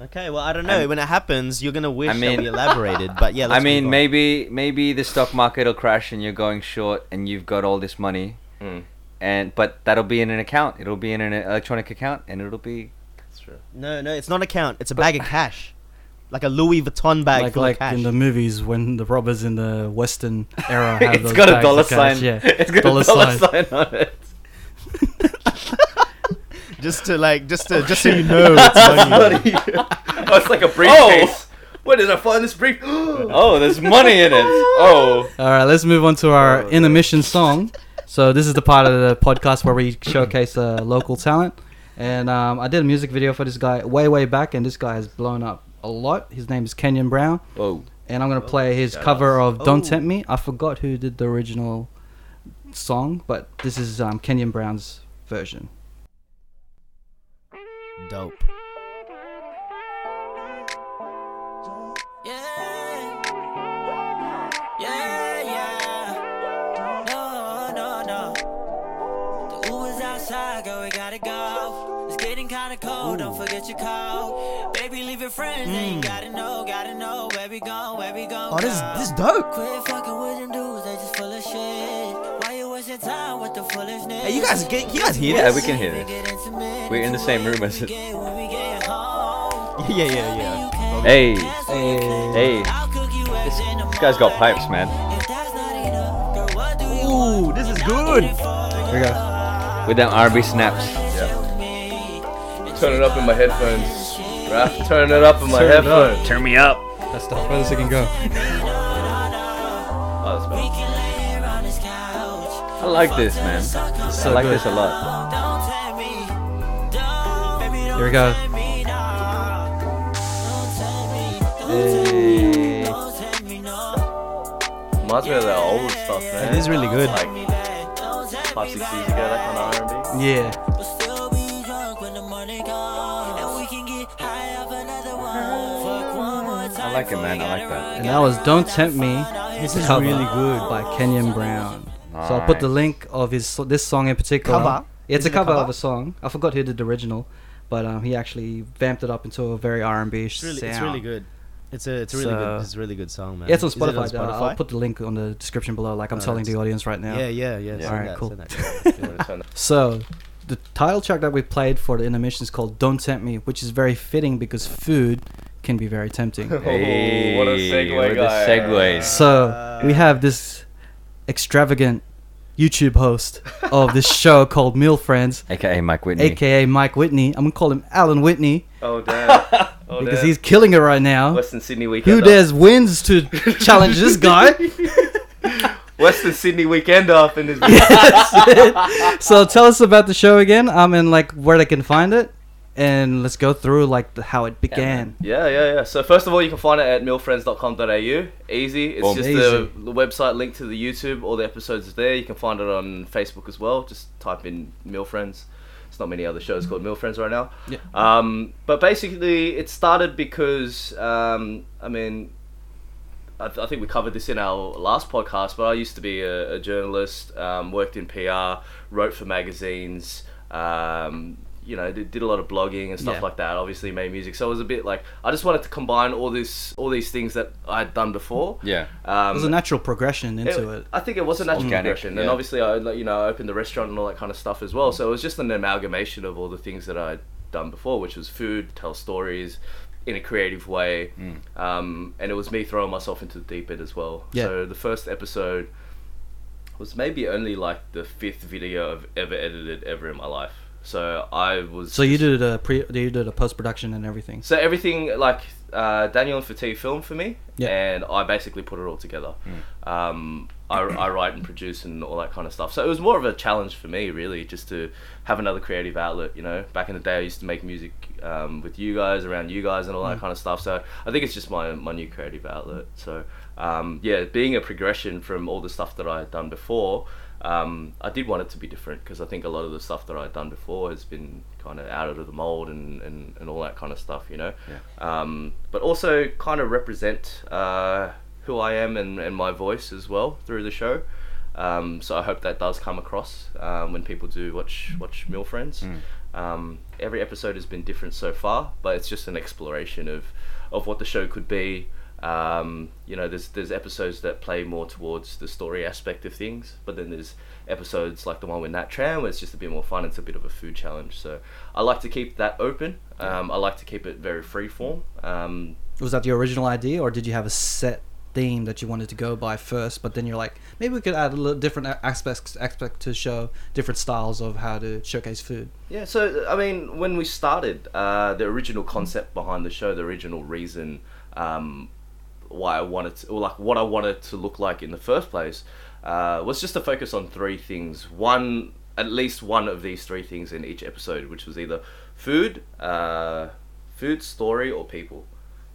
S4: Okay, well I don't know.
S3: I'm-
S4: when it happens, you're gonna wish
S3: I mean-
S4: that we elaborated. But yeah,
S3: I
S4: let's move
S3: mean,
S4: on.
S3: maybe maybe the stock market will crash and you're going short and you've got all this money,
S5: Mm.
S3: and but that'll be in an account. It'll be in an electronic account, and it'll be
S5: That's true.
S4: No, no, it's not a count. It's a bag of cash, like a Louis Vuitton bag
S1: like
S4: full
S1: like
S4: of cash.
S1: in the movies when the robbers in the Western era have
S3: it's
S1: those
S3: got a
S1: bags
S3: dollar
S1: of cash,
S3: sign.
S1: Yeah,
S3: It's got a dollar sign on it.
S6: just to like, just to, just so you know, it's money.
S5: oh, it's like a
S4: Oh!
S5: briefcase. Where did I find this brief?
S3: Oh, there's money in it. Oh,
S1: All right, let's move on to our intermission song. So this is the part of the podcast where we showcase uh, local talent. And um, I did a music video for this guy way, way back, and this guy has blown up a lot. His name is Kenyon Brown,
S3: oh,
S1: and I'm gonna play his cover of "Don't Tempt Me." I forgot who did the original song, but this is um, Kenyon Brown's version.
S4: Dope.
S7: Yeah, yeah, yeah. No, no, no. The Uber's outside, girl, we gotta go. It's getting kinda cold, don't forget your coat. Baby, leave your friends, and
S3: Mm.
S7: you gotta know, gotta know where we gon', where we gon'.
S4: Oh, this
S7: go.
S4: this dope.
S7: Quit fucking with them dudes, they just full of shit. Why you wasting time with the foolishness?
S4: Hey, you guys, get, you guys hear
S3: yeah,
S4: this?
S3: we can hear this. We're in the same room as it.
S4: Yeah, yeah, yeah.
S3: Hey, hey, this, this guy's got pipes, man.
S4: Ooh, this is good.
S1: Here we go.
S3: With them RB snaps.
S5: Turn it up in my headphones. Raph, turn it up in my headphones.
S3: Turn me up.
S1: That's the furthest it can go.
S5: Oh, that's better.
S3: I like this, man. I like this a lot.
S1: Here we go.
S5: Reminds me of that old stuff, man.
S4: It is really good.
S5: Like five, six years ago, that kind of R&B.
S1: Yeah.
S3: I like it, man. I like that.
S1: And that was Don't Tempt Me.
S4: This
S1: the
S4: is
S1: cover
S4: really good.
S1: By Kenyon Brown. So I'll put the link of his so- this song in particular.
S6: Cover?
S1: Yeah, it's
S6: Is
S1: a
S6: it a
S1: cover,
S6: cover?
S1: of a song. I forgot who did the original, but um, he actually vamped it up into a very R&B
S6: It's really,
S1: sound.
S6: it's really good. It's a, it's a really
S1: So-
S6: good, it's a really good song, man.
S1: Yeah, it's on
S6: Is it
S1: Spotify. though. I'll put the link on the description below, like I'm
S6: Oh,
S1: telling the
S6: that's-
S1: audience right now.
S6: Yeah, yeah, yeah.
S1: Alright, cool.
S6: cool.
S5: Oh,
S1: So, the title track that we played for the intermission is called "Don't Tempt Me," which is very fitting because food can be very tempting.
S5: Hey, Oh, what a segue
S3: what are
S5: guy.
S3: The segues.
S1: so we have this extravagant YouTube host of this show called Meal Friends,
S3: AKA Mike Whitney.
S1: aka Mike Whitney. I'm gonna call him Alan Whitney
S5: Oh damn. Oh,
S1: because
S5: damn.
S1: he's killing it right now.
S5: Western Sydney weekend.
S1: Who dares wins to challenge this guy?
S5: Western Sydney weekend up in this.
S1: so tell us about the show again um and like where they can find it and let's go through like the, how it began
S5: Yeah, yeah, yeah. So first of all, you can find it at millfriends.com.au. Easy. It's
S3: Boom.
S5: just the, the website linked to the YouTube. All the episodes is there. You can find it on Facebook as well. Just type in Mill Friends. There's not many other shows called Mill Friends right now.
S1: Yeah.
S5: Um, but basically, it started because um, I mean, I, th- I think we covered this in our last podcast, but I used to be a, a journalist, um, worked in PR, wrote for magazines, um, you know, did, did a lot of blogging and stuff
S1: Yeah.
S5: like that. Obviously, made music, so it was a bit like I just wanted to combine all this, all these things that I'd done before.
S3: Yeah.
S5: Um,
S1: it was a natural progression into it,
S5: I think it was a natural
S3: organic,
S5: progression, and
S3: yeah.
S5: obviously I like, you know I opened the restaurant and all that kind of stuff as well. So it was just an amalgamation of all the things that I'd done before, which was food, tell stories in a creative way,
S3: Mm.
S5: um, and it was me throwing myself into the deep end as well.
S1: Yeah.
S5: So the first episode was maybe only like the fifth video I've ever edited ever in my life. So I was
S1: so you
S5: just-
S1: did a pre you did a post-production and everything
S5: so everything like uh, Daniel and Fatih filmed for me,
S1: Yeah.
S5: and I basically put it all together. Um, I, I write and produce and all that kind of stuff. So it was more of a challenge for me, really, just to have another creative outlet. You know, back in the day, I used to make music um, with you guys, around you guys, and all that kind of stuff. So I think it's just my my new creative outlet. So um, yeah, being a progression from all the stuff that I had done before. Um, I did want it to be different because I think a lot of the stuff that I'd done before has been kind of out of the mold and, and, and all that kind of stuff, you know. Um, but also kind of represent uh, who I am and, and my voice as well through the show. Um, so I hope that does come across um, when people do watch watch Mill Friends. Um, every episode has been different so far, but it's just an exploration of of what the show could be. Um, you know, there's there's episodes that play more towards the story aspect of things, but then there's episodes like the one with Nat Tran where it's just a bit more fun. It's a bit of a food challenge, so I like to keep that open. Um, I like to keep it very free form. Um,
S1: was that the original idea or did you have a set theme that you wanted to go by first, but then you're like, maybe we could add a little different a- aspects aspect to show different styles of how to showcase food.
S5: Yeah, so I mean, when we started, uh, the original concept behind the show, the original reason um, why I wanted, to, or like what I wanted to look like in the first place, uh, was just to focus on three things. One, at least one of these three things in each episode, which was either food, uh, food story, or people.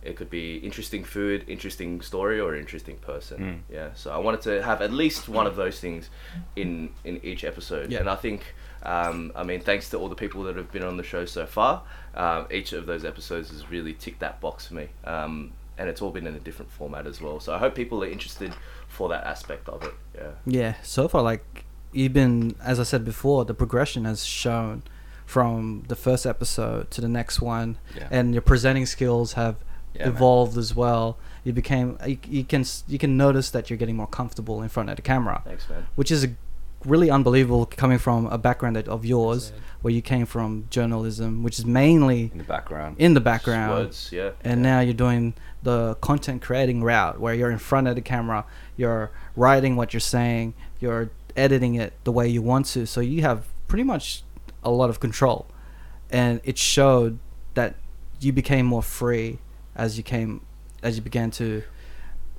S5: It could be interesting food, interesting story, or interesting person. Yeah, so I wanted to have at least one of those things in in each episode,
S1: Yeah.
S5: and I think. Um, I mean, thanks to all the people that have been on the show so far, um, each of those episodes has really ticked that box for me. Um, and it's all been in a different format as well. So I hope people are interested for that aspect of it. Yeah.
S1: Yeah, so far, like even as I said before, the progression has shown from the first episode to the next one,
S3: Yeah.
S1: and your presenting skills have
S3: Yeah, man.
S1: evolved as well. You became you, you can s- you can notice that you're getting more comfortable in front of the camera,
S5: Thanks, man.
S1: which is a really unbelievable coming from a background that, of yours where you came from journalism, which is mainly
S3: in the background.
S1: in the background
S5: Words, yeah.
S1: and now you're doing the content creating route where you're in front of the camera you're writing what you're saying you're editing it the way you want to so you have pretty much a lot of control and it showed that you became more free as you came as you began to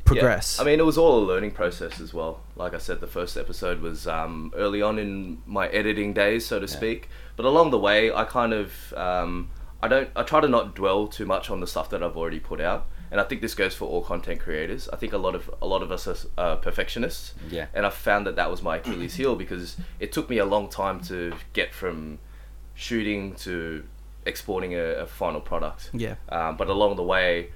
S1: progress
S5: Yeah. I mean, it was all a learning process as well. Like I said, the first episode was um, early on in my editing days, so to speak. But along the way, I kind of um, I don't I try to not dwell too much on the stuff that I've already put out. And I think this goes for all content creators. I think a lot of a lot of us are uh, perfectionists.
S3: Yeah.
S5: And I found that that was my Achilles heel because it took me a long time to get from shooting to exporting a, a final product.
S1: Yeah.
S5: Um, but along the way,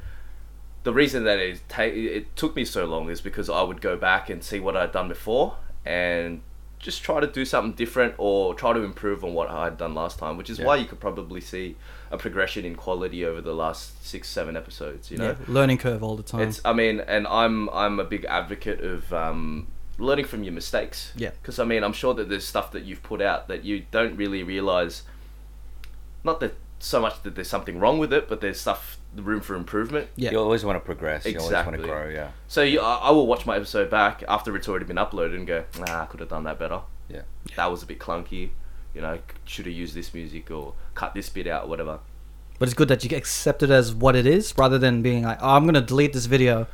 S5: the reason that it, ta- it took me so long is because I would go back and see what I'd done before and just try to do something different or try to improve on what I had done last time, which is why you could probably see a progression in quality over the last six, seven episodes. You know,
S1: Yeah, learning curve all the time
S5: it's. I mean, and I'm I'm a big advocate of um, learning from your mistakes.
S1: Yeah.
S5: Because I mean, I'm sure that there's stuff that you've put out that you don't really realize. Not that so much that there's something wrong with it, but there's stuff room for improvement.
S1: yeah
S3: You always want to progress. You always want to
S5: Exactly.
S3: grow. Yeah.
S5: So you, I, I will watch my episode back after it's already been uploaded and go, nah, I could have done that better.
S3: Yeah.
S5: That was a bit clunky. You know, should have used this music or cut this bit out or whatever.
S1: But it's good that you accept it as what it is rather than being like, oh, I'm going to delete this video,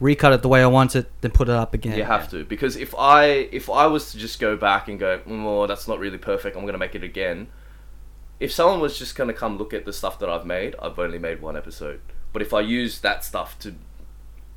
S1: recut it the way I want it, then put it up again.
S5: You have to because if I if I was to just go back and go, mm, oh, that's not really perfect. I'm gonna make it again. If someone was just gonna come look at the stuff that I've made, I've only made one episode. But if I use that stuff to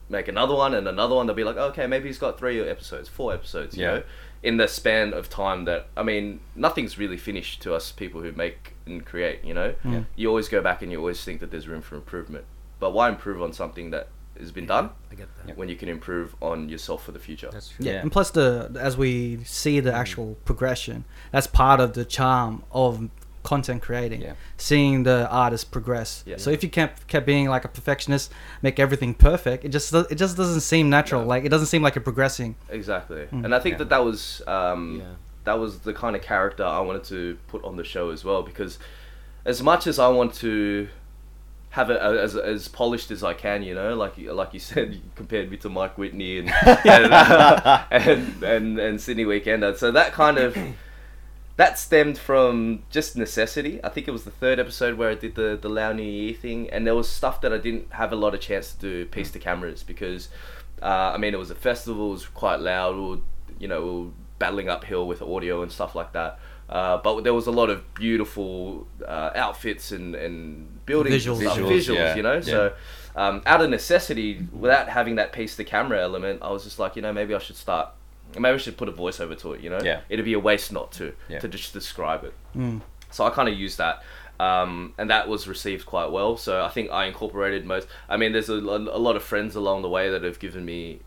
S5: make another one and another one, they'll be like, okay, maybe he's got three episodes, four episodes. You
S3: Yeah.
S5: know, in the span of time that I mean, nothing's really finished to us people who make and create. You know, you always go back and you always think that there's room for improvement. But why improve on something that has been done?
S6: I get that.
S5: when you can improve on yourself for the future.
S6: That's true.
S1: Yeah.
S3: Yeah.
S1: And plus, the as we see
S5: Mm.
S1: the actual progression, that's part of the charm of content creating,
S3: Yeah.
S1: seeing the artist progress.
S5: Yeah.
S1: So if you kept kept being like a perfectionist, make everything perfect, it just it just doesn't seem natural. Like it doesn't seem like you're progressing.
S5: exactly. And I think that that was um,
S6: Mm. Yeah.
S5: that was the kind of character I wanted to put on the show as well because as much as I want to have it uh, as, as polished as I can, you know, like you- like you said, you compared me to Mike Whitney and and, uh, and, and and Sydney Weekender. So that kind of that stemmed from just necessity. I think it was the third episode where I did the the Lao New Year thing, and there was stuff that I didn't have a lot of chance to do piece to cameras because, uh, I mean, it was a festival, it was quite loud, we were, you know, we were battling uphill with audio and stuff like that. Uh, but there was a lot of beautiful uh, outfits and, and buildings, and
S1: Visuals.
S5: stuff,
S3: Visuals,
S5: visuals,
S3: yeah,
S5: you know. So, um, out of necessity, without having that piece to camera element, I was just like, you know, maybe I should start. Maybe I should put a voiceover to it, you know?
S3: Yeah.
S5: It'd be a waste not to,
S3: Yeah.
S5: to just describe it. So I kind of used that, um, and that was received quite well. So I think I incorporated most. I mean, there's a, lo- a lot of friends along the way that have given me,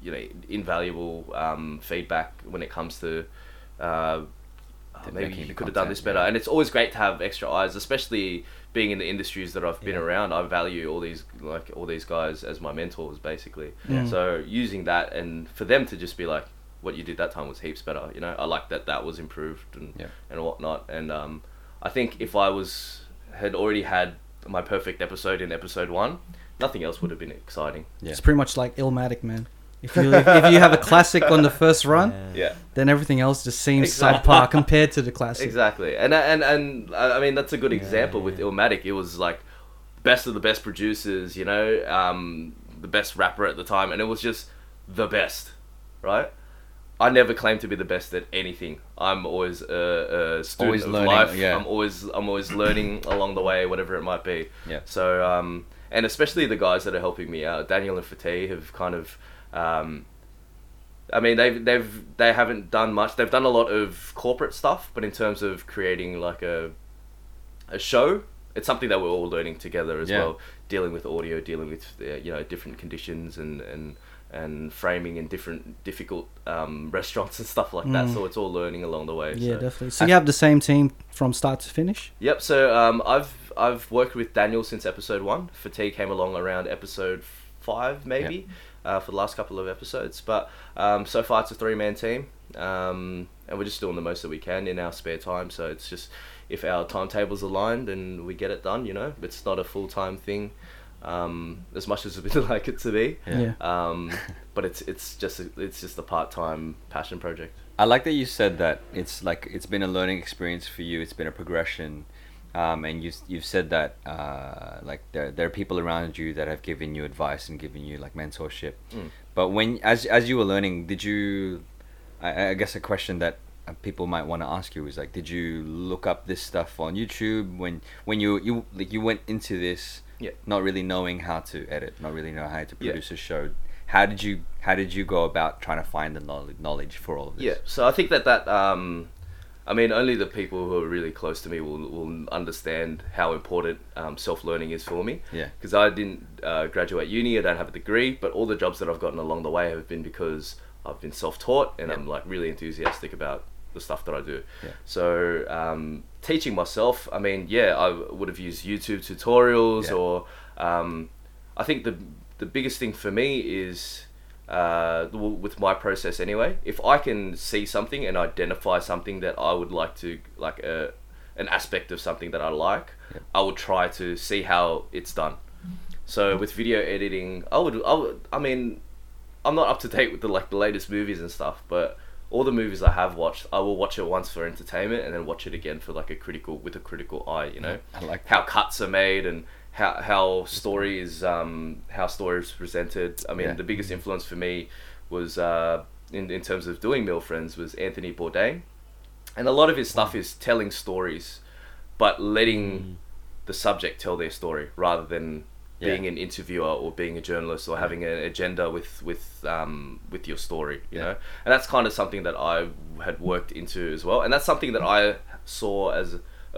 S5: you know, invaluable um, feedback when it comes to. Uh, "Oh,
S3: The
S5: maybe
S3: making
S5: you
S3: the
S5: could have done
S3: content,
S5: this better,
S3: yeah.
S5: and it's always great to have extra eyes, especially being in the industries that I've been around. I value all these like all these guys as my mentors, basically. So using that, and for them to just be like, "What you did that time was heaps better," you know, I like that that was improved and
S3: Yeah.
S5: and whatnot. And um, I think if I was had already had my perfect episode in episode one, nothing else would have been exciting.
S3: Yeah.
S1: It's pretty much like Illmatic, man. If you if, you have a classic on the first run,
S5: Yeah.
S1: then everything else just seems
S5: Exactly.
S1: subpar compared to the classic.
S5: Exactly, and and and I I mean that's a good example with Illmatic. It was like best of the best producers, you know, um, the best rapper at the time, and it was just the best, right? I never claim to be the best at anything. I'm always a, a student
S3: Always
S5: of
S3: learning,
S5: life.
S3: yeah.
S5: I'm always I'm always learning along the way, whatever it might be.
S3: Yeah.
S5: So um, and especially the guys that are helping me out, Daniel and Fatih, have kind of um, I mean, they've they've they haven't done much. They've done a lot of corporate stuff, but in terms of creating like a a show, it's something that we're all learning together as
S3: Yeah.
S5: well. Dealing with audio, dealing with uh, you know different conditions and and and framing and different difficult um, restaurants and stuff like
S3: Mm.
S5: that. So it's all learning along the way.
S1: Yeah,
S5: so.
S1: definitely. So you have the same team from start to finish.
S5: Yep. So um, I've I've worked with Daniel since episode one. Fatigue came along around episode five, maybe, uh, for the last couple of episodes. But um, so far it's a three man team, um, and we're just doing the most that we can in our spare time. So it's just if our timetables aligned and we get it done, you know, it's not a full time thing, um, as much as we'd like it to be.
S1: Yeah.
S5: Um, but it's it's just a, it's just a part time passion project.
S3: I like that you said that it's like it's been a learning experience for you. It's been a progression, um, and you you've said that uh, like there there are people around you that have given you advice and given you like mentorship.
S5: Hmm.
S3: But when as as you were learning, did you? I, I guess a question that uh, people might want to ask you is like, did you look up this stuff on YouTube when when you you like you went into this
S5: Yeah.
S3: not really knowing how to edit, not really know how to
S5: Yeah.
S3: produce a show? How did you how did you go about trying to find the knowledge knowledge for all of this?
S5: Yeah, so I think that that um, I mean, only the people who are really close to me will will understand how important um, self learning is for me.
S3: Yeah.
S5: Because I didn't uh, graduate uni, I don't have a degree, but all the jobs that I've gotten along the way have been because I've been self taught, and I'm like really enthusiastic about the stuff that I do.
S3: Yeah.
S5: So um, teaching myself, I mean, yeah, I would have used YouTube tutorials
S3: Yeah.
S5: or um, I think the the biggest thing for me is uh, w- with my process anyway. If I can see something and identify something that I would like to like a an aspect of something that I like, I would try to see how it's done. So with video editing, I would, I would, I mean, I'm not up to date with the like the latest movies and stuff, but all the movies I have watched, I will watch it once for entertainment and then watch it again for like a critical with a critical eye. You know,
S3: I like
S5: how cuts are made and how how story is um, how story is presented. I mean,
S3: Yeah.
S5: the biggest influence for me was uh, in in terms of doing Mill Friends was Anthony Bourdain, and a lot of his stuff
S3: Mm.
S5: is telling stories, but letting the subject tell their story rather than
S3: Yeah.
S5: being an interviewer or being a journalist or having an agenda with with um, with your story you
S3: Yeah.
S5: know and that's kind of something that I had worked into as well and that's something that
S3: Mm.
S5: I saw as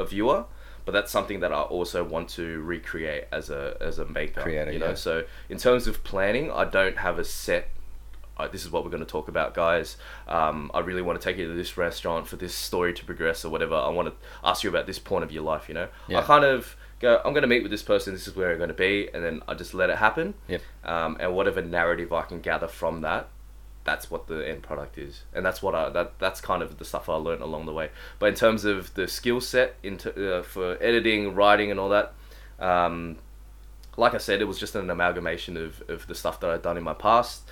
S5: a viewer but that's something that I also want to recreate as a as a maker
S3: Creator,
S5: you know
S3: yeah.
S5: so in terms of planning I don't have a set uh, this is what we're going to talk about, guys. Um, I really want to take you to this restaurant for this story to progress or whatever. I want to ask you about this point of your life, you know? I
S3: Yeah.
S5: kind of go, I'm going to meet with this person, this is where I'm going to be, and then I just let it happen.
S3: Yep.
S5: Um, and whatever narrative I can gather from that, that's what the end product is. And that's what I, that, that's kind of the stuff I learned along the way. But in terms of the skill set in t- uh, for editing, writing, and all that, um, like I said, it was just an amalgamation of, of the stuff that I'd done in my past.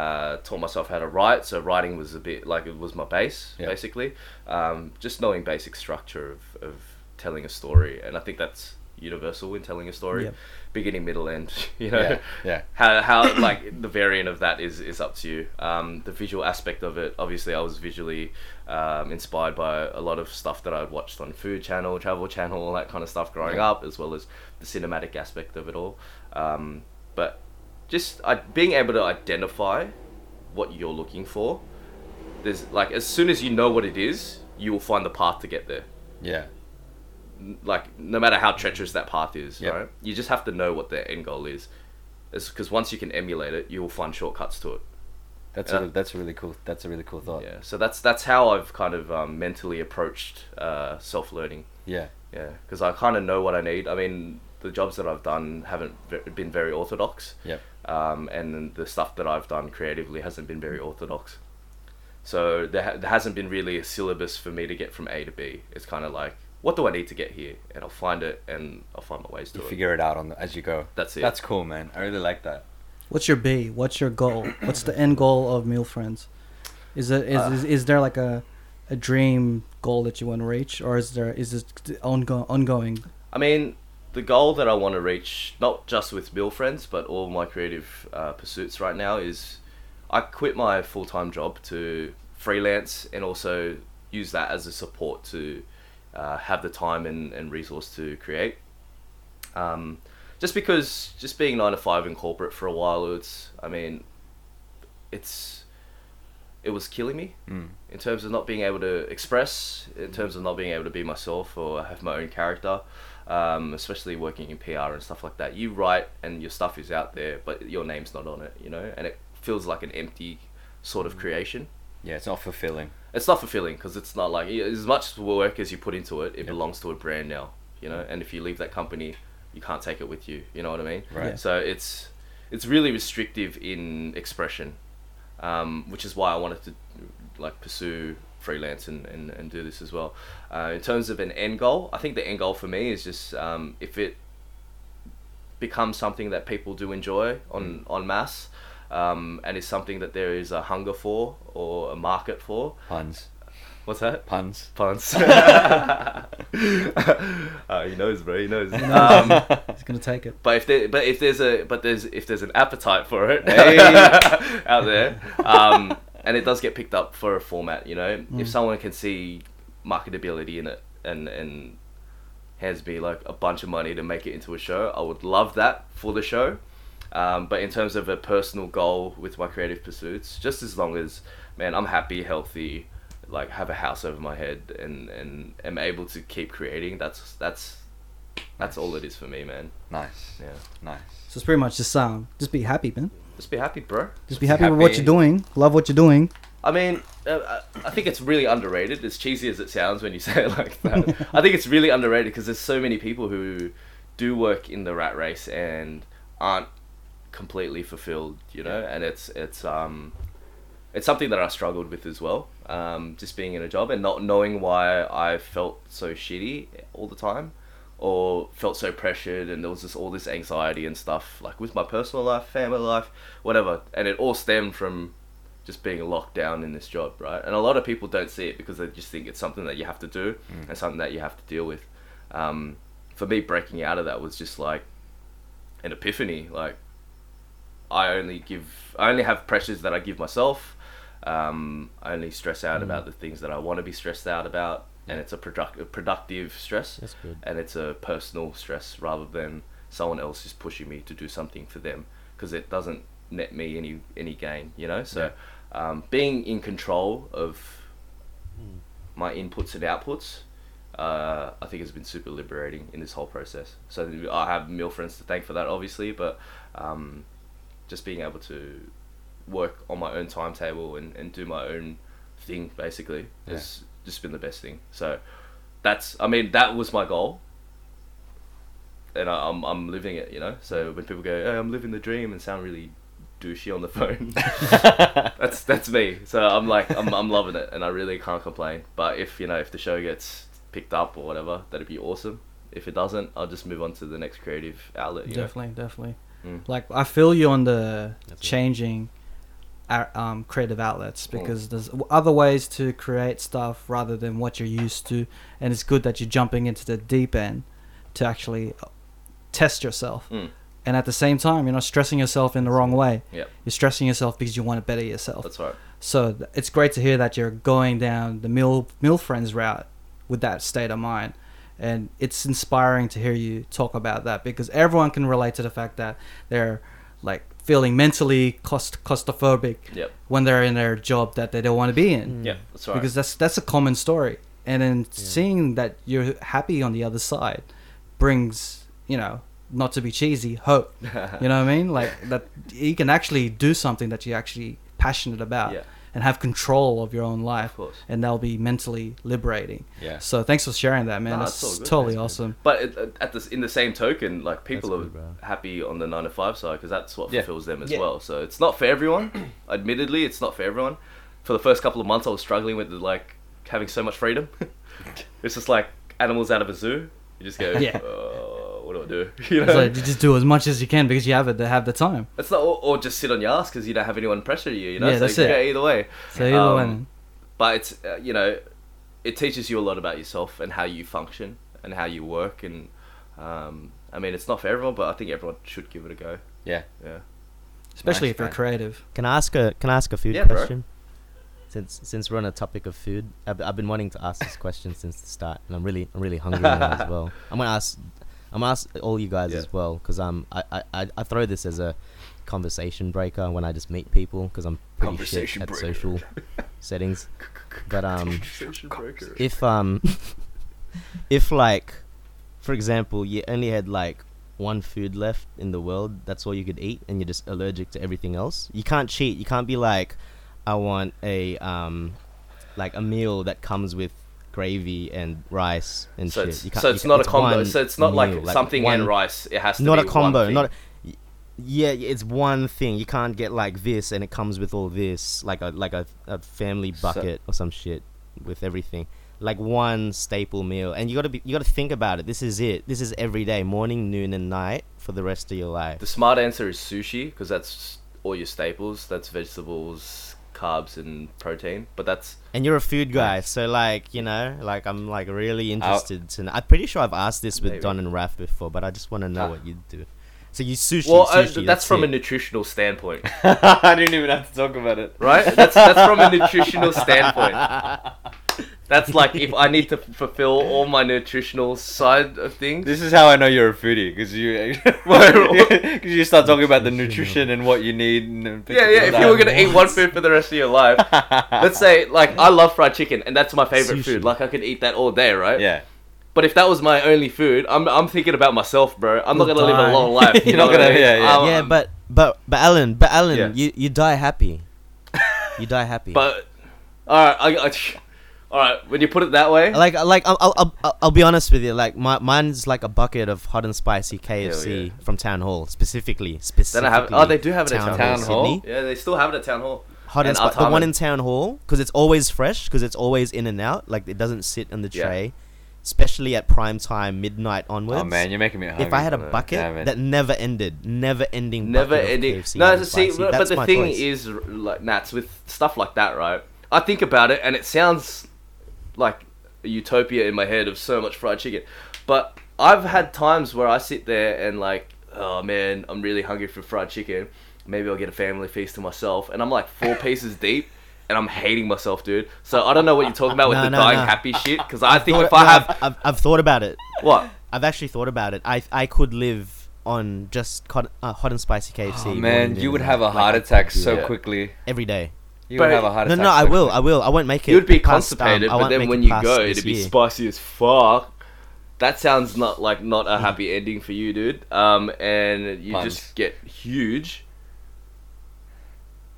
S5: Uh, taught myself how to write, so writing was a bit like it was my base,
S3: Yeah.
S5: basically. Um, just knowing basic structure of, of telling a story, and I think that's universal in telling a story,
S1: Yep.
S5: beginning, middle, end. You know,
S3: Yeah, yeah.
S5: how how like the variant of that is is up to you. Um, the visual aspect of it, obviously, I was visually um, inspired by a lot of stuff that I'd watched on Food Channel, Travel Channel, all that kind of stuff growing up, as well as the cinematic aspect of it all. Um, but just I, being able to identify what you're looking for. There's like as soon as you know what it is, you will find the path to get there
S3: Yeah.
S5: like no matter how treacherous that path is,
S3: Yeah.
S5: right? You just have to know what the end goal is. It's because once you can emulate it, you will find shortcuts to it.
S3: That's
S5: Yeah.
S3: a, that's a really cool that's a really cool thought.
S5: Yeah. So that's that's how I've kind of um, mentally approached uh, self learning.
S3: Yeah.
S5: Yeah. Because I kind of know what I need. I mean, the jobs that I've done haven't ve- been very orthodox.
S3: Yep.
S5: Um, and the stuff that I've done creatively hasn't been very orthodox. So there, ha- there hasn't been really a syllabus for me to get from A to B. It's kind of like what do I need to get here? And I'll find it and I'll find my ways to
S3: You
S5: it.
S3: figure it out on the, as you go.
S5: That's it.
S3: That's cool, man. I really like that.
S1: What's your B? What's your goal? What's the end goal of Meal Friends? Is it is is, is there like a a dream goal that you want to reach, or is there is it ongo- ongoing?
S5: I mean, the goal that I want to reach, not just with Bill Friends, but all my creative uh, pursuits right now, is I quit my full time job to freelance and also use that as a support to uh, have the time and, and resource to create. Um, just because, just being nine to five in corporate for a while, it's, I mean, it's, it was killing me in terms of not being able to express, in terms of not being able to be myself or have my own character, um, especially working in PR and stuff like that. You write and your stuff is out there, but your name's not on it, you know, and it feels like an empty sort of creation.
S3: Yeah, it's not fulfilling.
S5: It's not fulfilling because it's not like as much work as you put into it, it belongs to a brand now, you know, and if you leave that company, you can't take it with you, you know what I mean?
S3: Right. Yeah.
S5: So it's it's really restrictive in expression um, which is why I wanted to like pursue freelance and, and, and do this as well. Uh, in terms of an end goal, I think the end goal for me is just um, if it becomes something that people do enjoy on on mass, um, and is something that there is a hunger for or a market for.
S3: Puns.
S5: What's that?
S3: Puns.
S5: Puns. uh, he knows, bro. He knows. Um,
S1: It's gonna take it.
S5: but if there, but if there's a, but there's if there's an appetite for it hey, out there, um, and it does get picked up for a format, you know, if someone can see marketability in it and and hands me like a bunch of money to make it into a show, I would love that for the show. Um, but in terms of a personal goal with my creative pursuits, just as long as man, I'm happy, healthy, like have a house over my head, and and am able to keep creating. That's that's that's all it is for me, man.
S3: Nice.
S5: Yeah.
S3: Nice.
S1: So it's pretty much just sound. Just be happy, man.
S5: Just be happy, bro.
S1: Just be happy, with what
S3: happy.
S1: you're doing. Love what you're doing.
S5: I mean, uh, I I think it's really underrated. As cheesy as it sounds when you say it like that, I think it's really underrated because there's so many people who do work in the rat race and aren't completely fulfilled, you know. And it's it's um, it's something that I struggled with as well. Um, just being in a job and not knowing why I felt so shitty all the time, or felt so pressured, and there was just all this anxiety and stuff, like with my personal life, family life, whatever. And it all stemmed from just being locked down in this job, right? And a lot of people don't see it because they just think it's something that you have to do and something that you have to deal with. Um, for me, breaking out of that was just like an epiphany. Like, I only give, I only have pressures that I give myself. Um, I only stress
S4: Mm.
S5: out about the things that I want to be stressed out about, and it's a product, productive stress,
S4: That's good.
S5: and it's a personal stress rather than someone else just pushing me to do something for them because it doesn't net me any any gain, you know. So, um, being in control of
S4: Mm.
S5: my inputs and outputs, uh, I think has been super liberating in this whole process. So I have meal friends to thank for that, obviously, but um, just being able to work on my own timetable and, and do my own thing basically has just been the best thing. So that's, I mean, that was my goal. And I, I'm, I'm living it, you know? So when people go, hey, I'm living the dream and sound really douchey on the phone, that's that's me. So I'm like, I'm, I'm loving it and I really can't complain. But if, you know, if the show gets picked up or whatever, that'd be awesome. If it doesn't, I'll just move on to the next creative outlet. You know?
S1: Definitely, definitely.
S5: Mm.
S1: Like I feel you on the
S6: That's it.
S1: changing our, um, creative outlets
S5: Mm.
S1: because there's w- other ways to create stuff rather than what you're used to, and it's good that you're jumping into the deep end to actually uh, test yourself.
S5: Mm.
S1: And at the same time, you're not stressing yourself in the wrong way.
S5: Yep.
S1: You're stressing yourself because you want to better yourself.
S5: That's right.
S1: So th- it's great to hear that you're going down the Mill Mill Friends route with that state of mind. And it's inspiring to hear you talk about that because everyone can relate to the fact that they're like feeling mentally cost claustrophobic
S5: Yep.
S1: when they're in their job that they don't want to be in.
S5: Yeah, that's right.
S1: Because that's that's a common story. And then seeing that you're happy on the other side brings, you know, not to be cheesy, hope. you know what I mean? Like that you can actually do something that you're actually passionate about
S5: Yeah.
S1: and have control of your own life.
S5: Of course.
S1: And that'll be mentally liberating.
S3: Yeah.
S1: So thanks for sharing that, man.
S5: Nah,
S1: that's
S5: it's all good.
S1: totally
S5: That's good.
S1: awesome.
S5: But at- at this, in the same token, like people
S6: That's
S5: are
S6: good, bro.
S5: happy on the nine to five side because that's what
S3: Yeah.
S5: fulfills them as
S3: Yeah.
S5: well. So it's not for everyone. Admittedly, it's not for everyone. For the first couple of months, I was struggling with like having so much freedom. it's just like animals out of a zoo, you just go,
S1: Yeah.
S5: "Uh, what do I do? You know,
S1: So you just do as much as you can because you have it. They have the time.
S5: it's not, or, or just sit on your ass because you don't have anyone pressure you. You know,
S1: Yeah,
S5: so
S1: that's
S5: you
S1: it.
S5: go either way.
S1: So either
S5: Um,
S1: one.
S5: But it's uh, you know, it teaches you a lot about yourself and how you function and how you work. And um, I mean, it's not for everyone, but I think everyone should give it a go.
S3: Yeah.
S5: yeah.
S1: especially
S5: nice,
S1: if you're
S5: man.
S1: creative.
S4: Can I ask a Can I ask a food
S5: Yeah, bro.
S4: question? Since since we're on a topic of food, I've, I've been wanting to ask this question since the start, and I'm really I'm really hungry now as well. I'm gonna ask I'm gonna ask all you guys
S5: Yeah.
S4: as well because I'm I, I- I I throw this as a conversation breaker when I just meet people because I'm pretty shit
S5: Conversation
S4: at
S5: breaker.
S4: social settings. But um,
S5: breaker.
S4: if um if like for example you only had like one food left in the world that's all you could eat and you're just allergic to everything else you can't cheat you can't be like i want a um like a meal that comes with gravy and rice and
S5: So
S4: shit
S5: it's,
S4: You can't-
S5: so
S4: you
S5: it's
S4: ca-
S5: not a combo.
S4: one
S5: So it's not like,
S4: meal,
S5: something
S4: one-
S5: and rice. It has to
S4: not
S5: be
S4: a combo
S5: One
S4: not a- yeah it's one thing you can't get like this and it comes with all this like a like a, a family
S5: So-
S4: bucket or some shit with everything like one staple meal and you gotta be you gotta think about it this is it this is every day morning noon and night for the rest of your life
S5: The smart answer is sushi because that's all your staples. That's vegetables, carbs, and protein. But that's
S4: and you're a food guy so like you know like i'm like really interested to know. i'm pretty sure i've asked this with
S5: Maybe.
S4: don and raf before but i just want to know
S3: Ah.
S4: what you do so you sushi
S5: well, uh,
S4: sushi,
S5: that's, from
S4: it.
S5: a nutritional standpoint,
S3: I didn't even have to talk about it.
S5: right? That's that's from a nutritional standpoint. That's like if I need to fulfill all my nutritional side of things.
S3: This is how I know you're a foodie because you because you start talking about the nutrition and what you need. And
S5: yeah, yeah. If you were gonna eat one food for the rest of your life, let's say like I love fried chicken and that's my favorite
S4: Sushi.
S5: food. Like I could eat that all day, right?
S3: yeah,
S5: But if that was my only food, I'm, I'm thinking about myself, bro. I'm not
S4: You'll
S5: gonna live
S4: die.
S5: a long life. You
S3: You're
S5: know
S3: not
S5: what I
S3: gonna-
S5: mean?
S3: yeah, yeah.
S5: Um,
S4: yeah, but but but Alan, but Alan,
S5: Yeah.
S4: you you die happy. You die happy.
S5: but all right, I, I, all right. When you put it that way,
S4: like like I'll, I'll- I'll I'll I'll be honest with you. Like my mine's like a bucket of hot and spicy KFC
S5: yeah.
S4: from Town Hall specifically specifically.
S5: have- oh, they do have it at Town
S3: Hall.
S4: Sydney.
S5: yeah, they still have it at town hall.
S4: Hot and,
S5: And
S4: spi- the one
S5: Artaman.
S4: in Town Hall because it's always fresh because it's always in and out. Like it doesn't sit on the
S5: Yeah.
S4: tray, especially at prime time midnight onwards.
S3: Oh man, you're making me hungry.
S4: If I had a
S5: man.
S4: bucket
S3: Yeah, man.
S4: that never ended, never ending,
S5: Never
S4: bucket of
S5: ending.
S4: KFC hot
S5: No,
S4: and
S5: see,
S4: spicy,
S5: but, but
S4: that's
S5: the
S4: my
S5: thing
S4: choice.
S5: is, r- like Nats with stuff like that, right? I think about it, and it sounds like a utopia in my head of so much fried chicken, but I've had times where I sit there and like, oh man, I'm really hungry for fried chicken. Maybe I'll get a family feast to myself, and I'm like four pieces deep. And I'm hating myself, dude. So I don't know what you're talking about with
S4: No,
S5: the
S4: no,
S5: dying
S4: no.
S5: happy shit. Because I think
S4: Thought-
S5: if I
S4: no,
S5: have
S4: I've, I've, I've thought about it.
S5: what
S4: I've actually thought about it. I I could live on just cot, uh, hot and spicy KFC.
S3: Oh,
S4: morning,
S3: man,
S4: noon,
S3: you would
S4: and
S3: have
S4: night.
S3: a heart
S4: Like,
S3: attack so
S5: Yeah.
S3: quickly.
S4: every day.
S3: You
S5: But-
S3: would have a heart
S4: No,
S3: attack.
S4: no, I
S3: so
S4: will.
S3: quickly.
S4: I will. I won't make it.
S5: You'd be
S4: past, um,
S5: constipated,
S4: I
S5: but
S4: won't
S5: then
S4: make
S5: when
S4: it
S5: you
S4: past
S5: go,
S4: this
S5: it'd be
S4: year.
S5: spicy as fuck. That sounds not like not a happy ending for you, dude. Um, and you
S3: Puns.
S5: just get huge.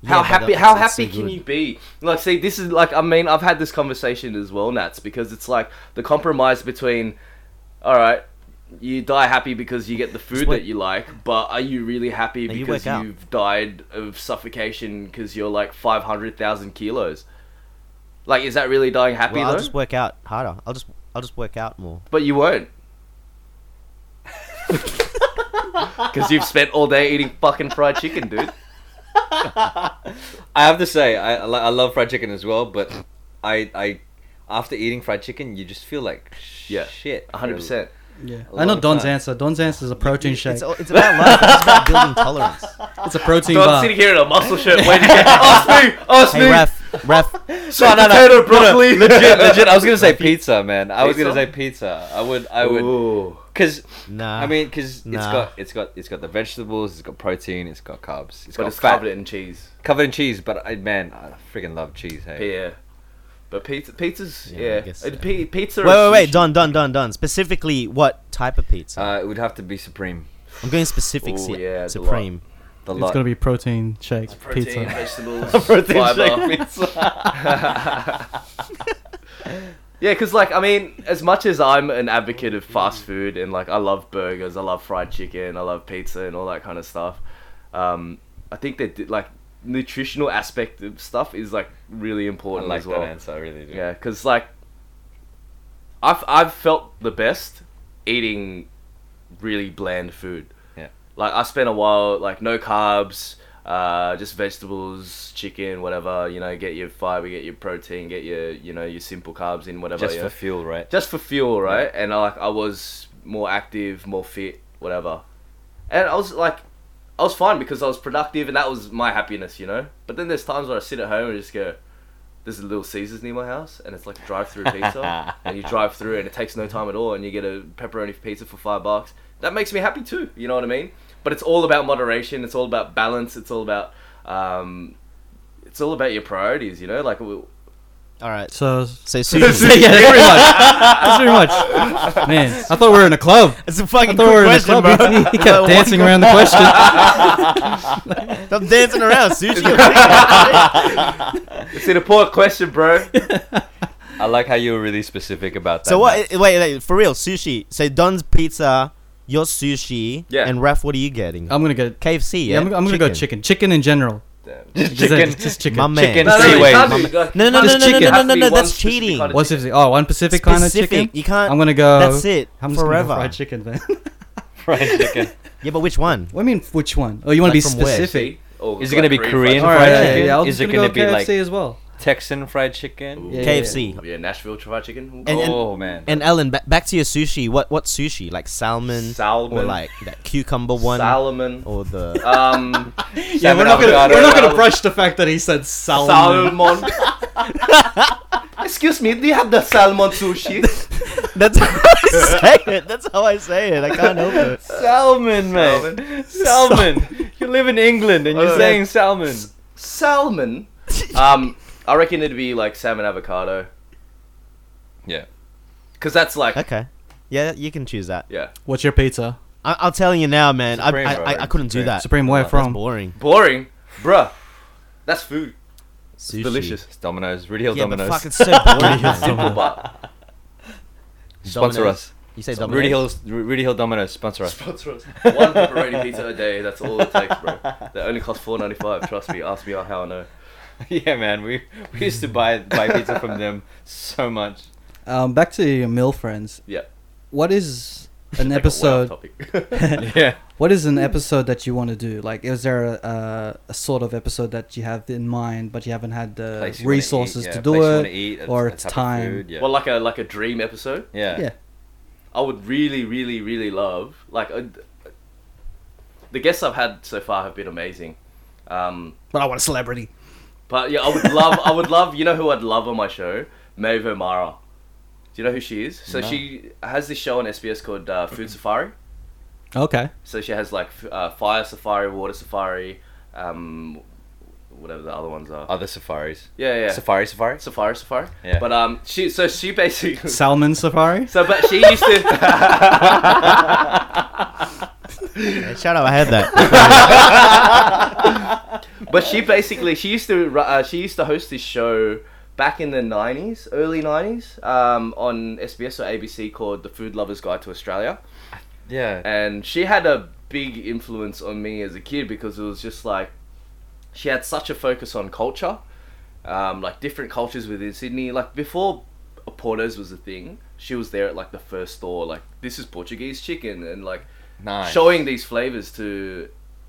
S4: Yeah,
S5: How
S4: but
S5: happy?
S4: that's-
S5: How
S4: that's so
S5: happy can
S4: good.
S5: you be? Like, see, this is like I mean, I've had this conversation as well, Nats, because it's like the compromise between, all right. You die happy because you get the food
S4: work-
S5: that you like, but are you really happy
S4: No, you
S5: because
S4: work out.
S5: you've died of suffocation because you're like five hundred thousand kilos? Like, is that really dying happy
S4: Well, I'll
S5: though?
S4: just work out harder. I'll just I'll just work out more.
S5: But you won't. Because you've spent all day eating fucking fried chicken, dude.
S3: I have to say, I I lo- I love fried chicken as well, but I I after eating fried chicken, you just feel like sh-
S5: Yeah,
S3: shit. for
S5: 100%.
S1: Yeah,
S3: A
S1: I know
S3: lot of
S1: Don's
S3: time.
S1: answer. Don's answer is a protein shake.
S4: It's, it's about life. It's about building tolerance.
S1: It's a protein
S5: So I'm
S1: bar.
S5: sitting here in a muscle shirt waiting to Oh, get. Ask me! Ask
S4: Hey,
S5: me!
S4: Raf, Raf,
S5: Sweet
S3: No, no, no.
S5: potato,
S3: No, no.
S5: broccoli!
S3: legit, legit. I was gonna say pizza, man. I was
S5: Pizza?
S3: gonna say pizza. I would, I would,
S5: Ooh.
S3: because
S4: nah.
S3: I mean, because it's
S4: Ah, Nah.
S3: got, it's got, it's got the vegetables, it's got protein, it's got carbs, it's
S5: But
S3: got
S5: it's
S3: fat,
S5: covered in cheese.
S3: covered in cheese. But I, man, I freaking love cheese. Hey,
S5: Yeah. But pizza, pizza's.
S4: Yeah, I
S5: Yeah.
S4: guess
S5: Uh,
S4: so.
S5: pi- pizza.
S4: wait, wait, wait,
S5: Don.
S4: Don, Don, Don, Don. Specifically, what type of pizza?
S3: uh, it would have to be supreme.
S4: I'm going specifics
S5: Ooh,
S4: here.
S5: yeah, the lot.
S4: Supreme.
S3: The
S1: It's
S3: lot.
S1: gonna be protein shake
S5: Protein,
S1: pizza.
S5: vegetables,
S3: Protein
S5: fiber.
S3: shake pizza.
S5: Yeah, because like I mean, as much as I'm an advocate of fast food and like I love burgers, I love fried chicken, I love pizza and all that kind of stuff, um, I think that like nutritional aspect of stuff is like really
S3: I
S5: important
S3: like
S5: as well.
S3: that answer. I really do.
S5: Yeah, because like I've I've felt the best eating really bland food.
S3: Yeah.
S5: Like I spent a while like no carbs, uh, just vegetables, chicken, whatever. You know, get your fiber, get your protein, get your you know your simple carbs in whatever.
S3: Just
S5: you
S3: for
S5: know.
S3: fuel, right?
S5: just for fuel, right? And I, like I was more active, more fit, whatever. And I was like, I was fine because I was productive, and that was my happiness, you know. But then there's times where I sit at home and just go, "There's a little Caesars near my house, and it's like a drive-through pizza, and you drive through, and it takes no time at all, and you get a pepperoni pizza for five bucks. That makes me happy too, you know what I mean? But it's all about moderation. It's all about balance. It's all about, um, it's all about your priorities, you know. Like, w-
S6: All right.
S1: So
S6: So
S1: yeah,
S6: sushi.
S1: that's pretty much. That's pretty much. Man, I thought we were in a club.
S6: it's a
S1: I
S6: fucking
S1: thought we were
S6: good
S1: in a
S6: question,
S1: club.
S6: bro.
S1: He, he kept dancing around the question.
S6: I'm dancing around sushi.
S5: it's an important question, bro.
S3: I like how you were really specific about that.
S4: So what?
S3: Matt.
S4: Wait, wait, for real, sushi. So Don's pizza, your sushi,
S5: Yeah.
S4: and Raf, what are you getting?
S1: I'm gonna go.
S4: KFC.
S1: Um, Yeah, I'm, I'm gonna go chicken. Chicken in general.
S5: Damn.
S3: Just
S1: Just-
S3: chicken.
S1: Just chicken.
S4: My man.
S3: Chicken.
S5: No, no,
S3: Three
S5: you
S3: ways.
S5: can't do- like,
S4: No, no,
S1: Just
S4: no, no, no, no,
S1: chicken.
S4: no, no,
S5: Has to be
S4: no,
S5: one
S4: That's
S5: specific
S4: cheating.
S5: kind of
S1: What's specific? Oh, one specific, kind of chicken.
S4: You can't.
S1: I'm gonna go.
S4: That's it.
S1: I'm just gonna go
S4: forever.
S1: fried chicken, man.
S3: Fried chicken.
S4: yeah, but which one?
S1: What I mean, which one? Oh, you want
S4: Like
S1: to
S4: from
S1: be
S4: where?
S1: specific?
S5: Oh,
S3: Is it gonna be Korean?
S1: All
S3: Fried
S1: right, yeah,
S3: chicken?
S1: yeah, I was
S3: Is it
S1: gonna go
S3: gonna be like-
S1: KFC as well.
S3: Texan fried chicken.
S1: Yeah,
S4: KFC.
S5: Oh, Yeah, Nashville fried chicken.
S4: And- and-
S3: oh man.
S4: And Ellen, ba- back to your sushi. What what sushi? Like salmon, or
S5: Salmon.
S4: like that cucumber one,
S5: Salmon.
S4: or the
S5: Um,
S1: Yeah, we're not gonna
S5: avocado.
S1: we're not gonna brush the fact that he said salmon.
S5: salmon. Excuse me, do you have the salmon sushi?
S4: that's how I say it. That's how I say it. I can't help it.
S3: salmon, man. Salmon. you live in England and you're
S5: Uh,
S3: saying salmon.
S5: salmon. Um, I reckon it'd be like salmon avocado,
S3: Yeah.
S5: cause that's like
S4: Okay. Yeah, you can choose that.
S5: yeah,
S1: What's your pizza?
S4: I- I'm telling you now, man. I,
S3: Supreme,
S4: I,
S3: bro.
S4: I I couldn't do
S3: Supreme.
S4: that.
S1: Supreme, where
S4: That's
S1: from?
S4: boring.
S5: boring, bruh. That's food.
S4: Sushi.
S5: Delicious.
S3: It's Domino's. Red Hill
S4: Yeah, but
S3: Domino's.
S4: fuck, it's so boring.
S5: Simple,
S4: man.
S5: but
S3: sponsor
S4: Domino's.
S3: us.
S4: You say
S3: Rudy
S4: Domino's.
S3: Hill's Rudy Hill Domino's sponsor us.
S5: one pepperoni pizza a day. That's all it takes, bro. That only costs four ninety five. Trust me. Ask me how I know.
S3: yeah, man. We we used to buy buy pizza from them so much.
S1: Um, back to your meal friends.
S5: Yeah.
S1: What is an
S5: Like a way-off
S1: episode?
S5: topic.
S3: Yeah.
S1: What is an episode that you want to do? Like, is there a, a, a sort of episode that you have in mind, but you haven't had the
S3: Place you wanna
S1: resources
S3: eat, yeah,
S1: to do
S3: place you wanna
S1: it?
S3: eat, a-
S1: or
S3: a
S1: it's
S3: type of
S1: time.
S3: food, yeah.
S5: Well, like a like a dream episode.
S3: yeah.
S1: Yeah.
S5: I would really, really, really love like uh, the guests I've had so far have been amazing. Um,
S1: But I want a celebrity.
S5: but yeah, I would love, I would love. You know who I'd love on my show? Maeve O'Mara. Do you know who she is? So she has this show on SBS called uh, Food Safari.
S1: Okay.
S5: So she has like f- uh, fire safari, water safari, um, whatever the other ones are.
S3: Other safaris.
S5: Yeah, yeah.
S3: Safari, safari.
S5: Safari, safari.
S3: Yeah.
S5: But um, she so she basically
S1: Salmon safari.
S5: so but she used to.
S4: Yeah, Shout out, I had that.
S5: but she basically she used to ru- uh, she used to host this show back in the 90s early 90s um, on sbs or abc called the food lovers guide to australia
S3: Yeah.
S5: and she had a big influence on me as a kid because it was just like she had such a focus on culture um, like different cultures within sydney like before porter's was a thing she was there at like the first store like this is portuguese chicken and like
S3: Nice.
S5: showing these flavors to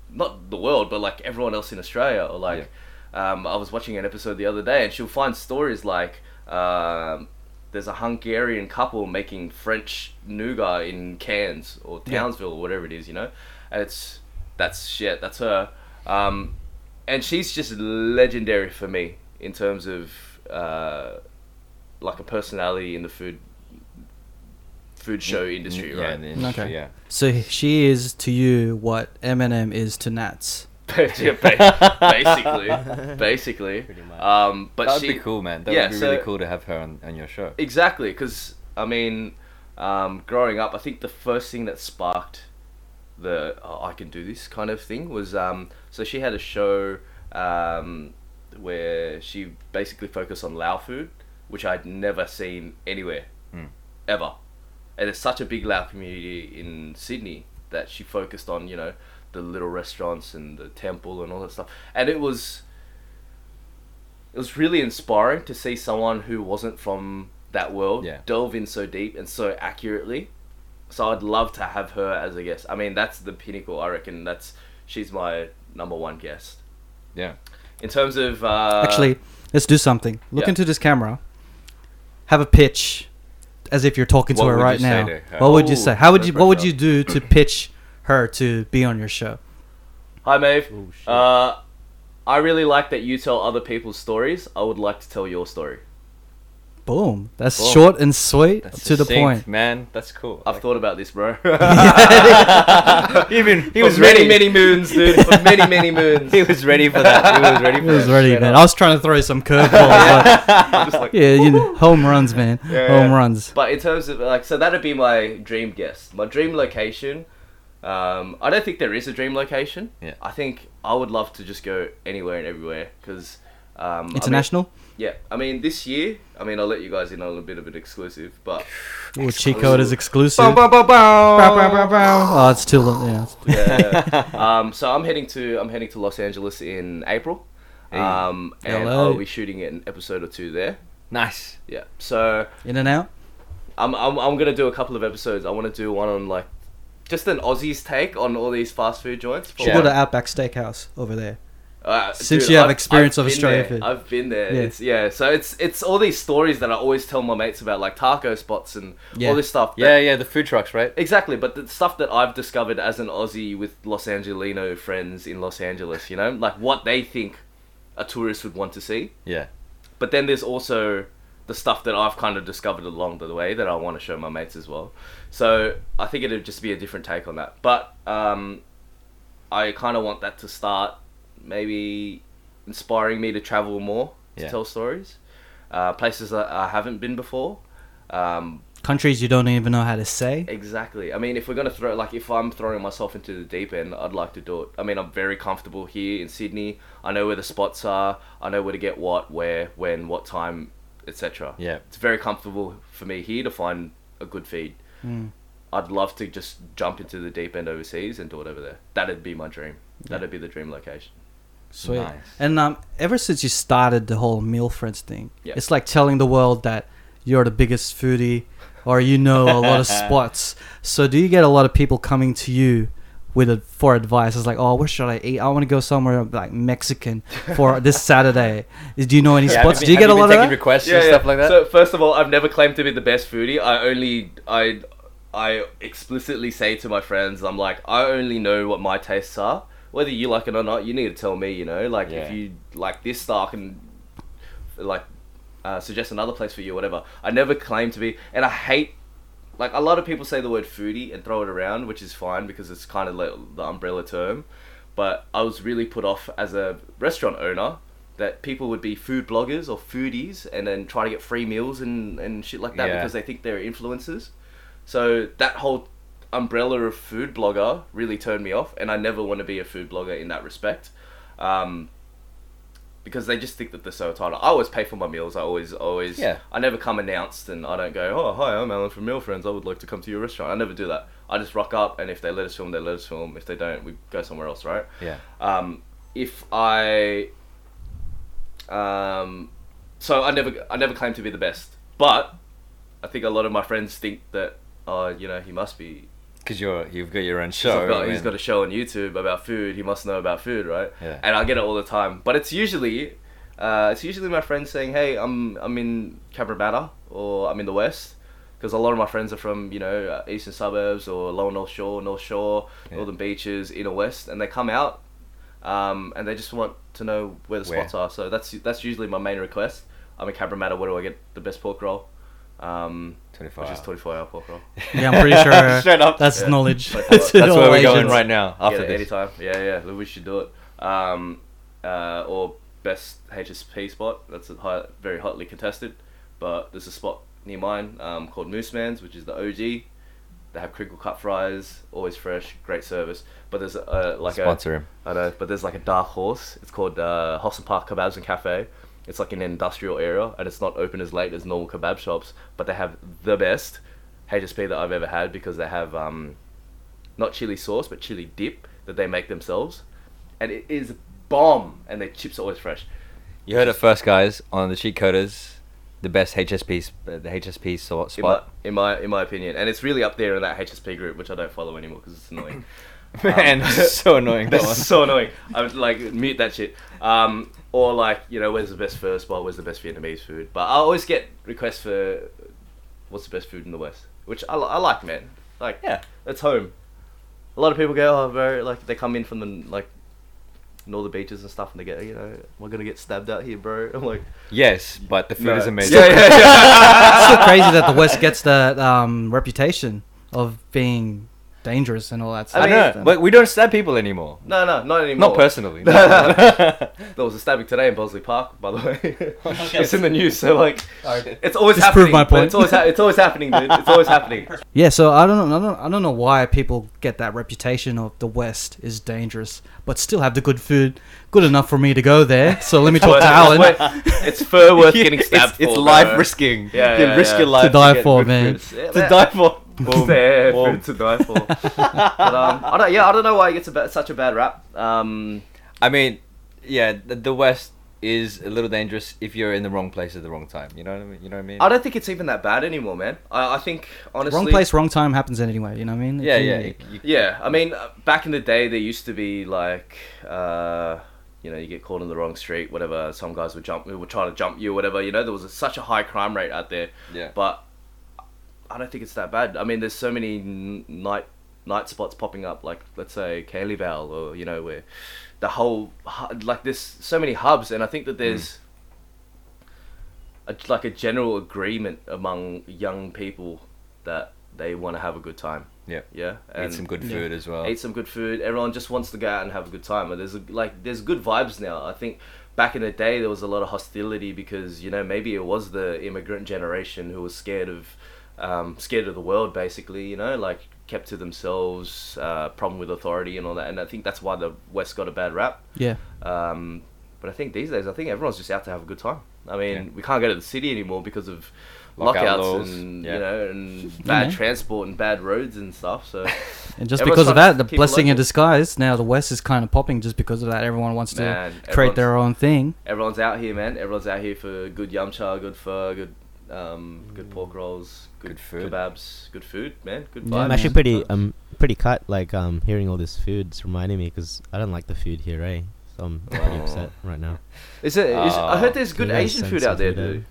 S5: not the world, but like everyone else in Australia. Or like, um, I was watching an episode the other day, and she'll find stories like um, there's a Hungarian couple making French nougat in Cairns or Townsville or whatever it is, you know, and it's that's shit. That's her, um, and she's just legendary for me in terms of uh, like a personality in the food food show industry,
S3: yeah,
S5: right?
S3: in the industry,
S1: Okay.
S3: yeah.
S1: So she is to you what Eminem is to Nats.
S5: Yeah, ba- basically, basically. Pretty
S4: much.
S5: Um, but
S3: That'd
S5: she,
S3: be cool, man. That
S5: yeah,
S3: would be
S5: so-
S3: really cool to have her on, on your show.
S5: Exactly, because I mean, um, growing up, I think the first thing that sparked the oh, "I can do this" kind of thing was um, so she had a show um, where she basically focused on Lao food, which I'd never seen anywhere ever, and it's such a big Lao community in Sydney that she focused on you know the little restaurants and the temple and all that stuff, and it was it was really inspiring to see someone who wasn't from that world,
S3: Yeah.
S5: delve in so deep and so accurately. So I'd love to have her as a guest. I mean, that's the pinnacle. I reckon that's she's my number one guest
S3: Yeah.
S5: in terms of uh,
S1: Actually, let's do something. Look
S5: yeah.
S1: into this camera. Have a pitch, as if you're talking
S3: What
S1: to her
S3: would you
S1: right
S3: say
S1: now.
S3: to her?
S1: What would you
S5: Ooh,
S1: say? How would
S5: no
S1: you? What would
S5: pressure.
S1: you do to pitch her to be on your show?
S5: Hi, Maeve.
S3: Oh,
S5: uh, I really like that you tell other people's stories. I would like to tell your story.
S1: Boom. That's
S3: Boom.
S1: short and sweet
S3: That's
S1: to the
S3: succinct,
S1: point.
S3: man. That's cool.
S5: I've thought about this, bro.
S3: Even he
S5: For
S3: was
S5: many,
S3: ready.
S5: many moons, dude. For many, many moons.
S3: He was ready for that. He was ready
S1: It
S3: for
S1: was
S3: that.
S1: ready,
S5: straight
S1: man.
S5: up.
S1: I was trying to throw some curveballs. but
S5: I'm just like-
S1: yeah, you know, home runs, man. home
S5: yeah.
S1: runs.
S5: But in terms of like, so that'd be my dream guest, my dream location. Um, I don't think there is a dream location.
S3: Yeah.
S5: I think I would love to just go anywhere and everywhere because um, I mean-
S1: International.
S5: yeah, I mean this year. I mean I'll let you guys in on a bit of an exclusive, but
S1: Ooh, cheat code is exclusive. Bow, bow, bow,
S3: Ba-ba-ba-bow.
S1: bow. Oh, it's too long. Yeah.
S5: yeah. um, so I'm heading to I'm heading to Los Angeles in April, um, and
S1: Hello.
S5: I'll be shooting an episode or two there.
S3: Nice.
S5: Yeah. So
S1: In and out.
S5: I'm, I'm, I'm gonna do a couple of episodes. I want to do one on like just an Aussie's take on all these fast food joints. For
S1: Should
S3: Yeah.
S1: go to Outback Steakhouse over there.
S5: Uh,
S1: Since you have experience of
S5: been
S1: Australia
S5: there.
S1: food.
S5: I've been there.
S1: Yeah.
S5: It's yeah. So it's it's all these stories that I always tell my mates about, like taco spots and
S1: Yeah.
S5: all this stuff. that-
S3: Yeah, yeah. The food trucks, right?
S5: Exactly, but the stuff that I've discovered as an Aussie with Los Angelino friends in Los Angeles, you know, like what they think a tourist would want to see.
S3: Yeah.
S5: But then there's also the stuff that I've kind of discovered along the way that I want to show my mates as well. So I think it'd just be a different take on that. But um, I kind of want that to start maybe inspiring me to travel more to
S3: Yeah.
S5: tell stories, uh, places that I haven't been before. Um,
S1: Countries you don't even know how to say.
S5: Exactly. I mean, if we're gonna throw like if I'm throwing myself into the deep end, I'd like to do it. I mean, I'm very comfortable here in Sydney. I know where the spots are. I know where to get what, where, when, what time, etc.
S3: Yeah.
S5: It's very comfortable for me here to find a good feed. I'd love to just jump into the deep end overseas and do it over there. That'd be my dream. That'd be the dream location.
S1: Sweet.
S3: Nice.
S1: And um, ever since you started the whole meal friends thing,
S5: Yeah.
S1: it's like telling the world that you're the biggest foodie or you know a lot of spots. So do you get a lot of people coming to you with a, for advice? It's like, oh, where should I eat? I want to go somewhere like Mexican for this Saturday. Is- Do you know any
S3: Yeah, have
S1: spots?
S3: been-
S1: do you
S3: have
S1: get a
S3: been
S1: lot of
S3: taking
S1: that?
S3: requests and stuff like that?
S5: So first of all, I've never claimed to be the best foodie. I only I I explicitly say to my friends, I'm like, I only know what my tastes are. Whether you like it or not, you need to tell me. You know, like
S3: Yeah.
S5: if you like this stuff, I can like uh, suggest another place for you, whatever. I never claim to be, and I hate like a lot of people say the word foodie and throw it around, which is fine because it's kind of like the umbrella term. But I was really put off as a restaurant owner that people would be food bloggers or foodies and then try to get free meals and, and shit like that
S3: Yeah.
S5: because they think they're influencers. So that whole umbrella of food blogger really turned me off, and I never want to be a food blogger in that respect. Um, because they just think that they're so entitled. I always pay for my meals. I always, always.
S3: Yeah.
S5: I never come announced, and I don't go, "Oh, hi, I'm Alan from Meal Friends. I would like to come to your restaurant." I never do that. I just rock up, and if they let us film, they let us film. If they don't, we go somewhere else, right?
S3: Yeah.
S5: Um, if I, um, so I never, I never claim to be the best, but I think a lot of my friends think that, uh, you know, he must be
S3: Because you're you've got your own
S5: so
S3: show.
S5: he's got a show on YouTube about food. He must know about food, right?
S3: Yeah.
S5: And I get it all the time, but it's usually, uh, it's usually my friends saying, "Hey, I'm I'm in Cabramatta or I'm in the West," because a lot of my friends are from you know uh, eastern suburbs or lower North Shore, North Shore,
S3: Yeah.
S5: northern beaches, inner West, and they come out, um, and they just want to know where the
S3: Where?
S5: spots are. So that's that's usually my main request. I'm in Cabramatta. Where do I get the best pork roll? Um, which is
S3: 24.
S5: 24 hour pork roll.
S1: Yeah, I'm pretty sure
S3: Straight up.
S1: that's
S5: Yeah.
S1: knowledge.
S5: That's
S1: That's
S3: That's where we're going right now. After
S5: yeah,
S3: this.
S5: anytime. Yeah, yeah. look, We should do it. Um, uh, or best HSP spot. That's a high, very hotly contested. But there's a spot near mine um, called Moose Man's, which is the OG. They have crinkle cut fries, always fresh, great service. But there's a, like
S3: Sponsor
S5: a
S3: him.
S5: I know, but there's like a dark horse. It's called uh, Hosson Park Kebabs and Cafe. It's like an industrial area, and it's not open as late as normal kebab shops, but they have the best HSP that I've ever had because they have um, not chili sauce, but chili dip that they make themselves, and it is bomb. And their chips are always fresh.
S3: You heard it first, guys, on the Cheat Coders. the best HSP sp- the HSP sort
S5: in my,
S3: spot.
S5: in my in my opinion, and it's really up there in that HSP group, which I don't follow anymore because it's annoying.
S3: Man, Um, so annoying that
S5: That's
S3: one.
S5: so annoying. I would like mute that shit. Um, or like you know, where's the best pho spot? Where's the best Vietnamese food? But I always get requests for what's the best food in the West, which I, li- I like, man. Like
S3: Yeah.
S5: it's home. A lot of people go, oh, bro, like they come in from the like northern beaches and stuff, and they go, you know, we're gonna get stabbed out here, bro. I'm like,
S3: Yes, but the food
S5: "No."
S3: is amazing.
S5: Yeah, yeah, yeah.
S1: It's still crazy that the West gets that um, reputation of being dangerous and all that
S3: I
S1: stuff.
S3: know, but we don't stab people anymore.
S5: No, no, not anymore.
S3: Not personally. no.
S5: There was a stabbing today in Bosley Park, by the way. it's in the news, so like, it's always
S1: Just
S5: happening.
S1: proved my
S5: but
S1: point.
S5: It's always, ha- it's always happening, dude. It's always happening.
S1: yeah, so I don't, I don't, I don't know why people get that reputation of the West is dangerous, but still have the good food, good enough for me to go there. So let me talk to Alan.
S5: It's fur worth getting
S3: It's-
S5: stabbed
S3: It's,
S5: for. bro.
S3: life risking.
S5: Yeah,
S3: you
S5: yeah,
S3: risk
S5: yeah.
S3: your
S5: To
S3: life
S1: die
S3: get
S1: for,
S3: good
S1: man.
S3: food.
S5: Yeah,
S3: To
S5: man.
S3: die for. Boom.
S5: Yeah,
S3: Boom.
S5: food to die for. but um, I don't. Yeah, I don't know why it gets a ba- such a bad rap. Um,
S3: I mean, yeah, the, the West is a little dangerous if you're in the wrong place at the wrong time. You know what I mean? You know what I mean?
S5: I don't think it's even that bad anymore, man. I, I think honestly,
S1: wrong place, wrong time happens anyway. You know what I mean? If
S3: yeah,
S1: you-
S3: yeah. you- you-
S5: Yeah, I mean, uh, back in the day, there used to be like, uh, you know, you get caught in the wrong street, whatever. Some guys would jump, would try to jump you, whatever. You know, there was a, such a high crime rate out there.
S3: Yeah.
S5: But I don't think it's that bad. I mean, there's so many n- night night spots popping up, like let's say Cayleyvale, or you know, where the whole hu- like there's so many hubs, and I think that there's
S3: Mm.
S5: a, like a general agreement among young people that they want to have a good time.
S3: Yeah.
S5: Yeah,
S3: Eat some good food as well.
S5: Eat some good food. Everyone just wants to go out and have a good time. And there's a, like there's good vibes now. I think back in the day there was a lot of hostility because you know maybe it was the immigrant generation who was scared of um, scared of the world basically. You know, like kept to themselves, uh, problem with authority and all that. And I think that's why the West got a bad rap.
S1: yeah.
S5: Um, but I think these days, I think everyone's just out to have a good time. I mean, we can't go to the city anymore because of
S3: Lockout
S5: lockouts
S3: laws,
S5: and
S3: yeah.
S5: you know and bad
S1: man.
S5: transport and bad roads and stuff. So
S1: And
S5: Everyone's
S1: just because of
S5: trying to
S1: that, the
S5: keep it
S1: blessing in
S5: local.
S1: disguise. Now the West is kind of popping just because of that. Everyone wants to
S5: Man,
S1: create their own thing.
S5: everyone's out here, man. Everyone's out here for good yum cha, good pho, good um, good pork rolls, good,
S3: Mm. Good food.
S5: kebabs, good food, man. Good
S1: Yeah,
S5: vibes.
S1: man.
S4: I'm actually pretty um pretty cut like um hearing all this food. It's reminding me because I don't like the food here, eh? So I'm pretty
S5: Oh.
S4: upset right now.
S5: Is it? Is, I heard there's good
S4: Give me a
S5: Asian
S4: Ah,
S5: food
S4: sense of
S5: out there,
S4: freedom.
S5: dude.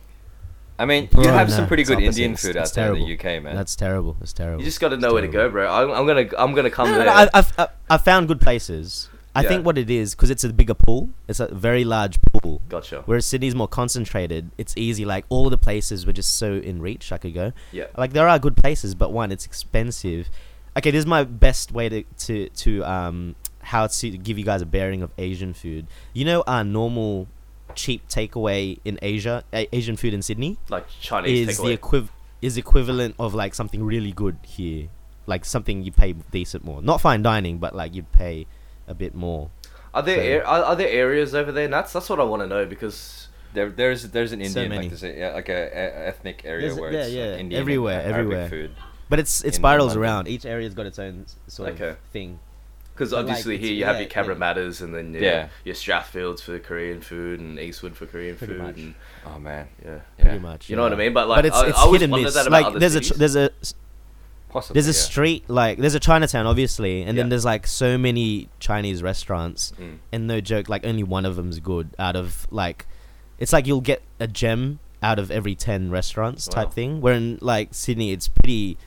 S3: I mean,
S4: Bro,
S3: you have
S4: no,
S3: some pretty
S4: it's
S3: good
S4: opposite.
S3: Indian
S4: It's-
S3: food
S4: it's
S3: out there in
S4: terrible.
S3: the UK, man.
S4: That's terrible. It's terrible.
S5: You just got to
S4: It's
S5: know where to go,
S4: terrible.
S5: bro. I'm, I'm gonna I'm gonna come
S4: No, no,
S5: there.
S4: no, I've, I've, I've- I've found good places. I
S5: Yeah.
S4: think what it is because it's a bigger pool. It's a very large pool.
S5: gotcha.
S4: Whereas Sydney's more concentrated, it's easy. Like all the places were just so in reach, I could go.
S5: Yeah.
S4: Like there are good places, but one, it's expensive. Okay, this is my best way to to to um how to give you guys a bearing of Asian food. You know, our normal cheap takeaway in Asia, a- Asian food in Sydney
S5: Like Chinese
S4: is
S5: takeaway.
S4: the equiv- is equivalent of like something really good here, like something you pay decent more. Not fine dining, but like you pay a bit more.
S5: Are there a- are, are there areas over there? That's that's what I want to know because
S3: There, there's there's an Indian
S4: many.
S3: like there's a, yeah, like a, a ethnic area
S4: There's-
S3: where
S4: yeah,
S3: it's like,
S4: yeah,
S3: Indian and
S4: everywhere,
S3: Arabic
S4: everywhere.
S3: food.
S4: But it's it
S3: In
S4: spirals
S3: London.
S4: around. Each area's got its own s- sort
S5: Okay.
S4: of thing.
S5: because
S4: But, like,
S5: obviously
S4: it's-
S5: here you have
S4: yeah,
S5: your Cabra
S4: yeah.
S5: Matters and then your,
S3: Yeah.
S5: your Strathfields for Korean food and Eastwood for Korean
S4: Pretty
S5: food
S4: much.
S5: and
S3: Oh man,
S5: yeah.
S4: pretty
S3: Yeah.
S4: much.
S5: You know what I
S4: yeah.
S5: mean? But like I, I always wondered that about
S4: Like
S5: other
S4: there's a tr-
S5: cities.
S4: there's a
S3: possibly.
S4: there's a
S3: yeah.
S4: street like there's a Chinatown obviously, and
S5: Yeah.
S4: then there's like so many Chinese restaurants,
S3: Mm.
S4: and no joke, like only one of them's good out of like, it's like you'll get a gem out of every ten restaurants
S5: Wow.
S4: type thing. Where in like Sydney, it's pretty,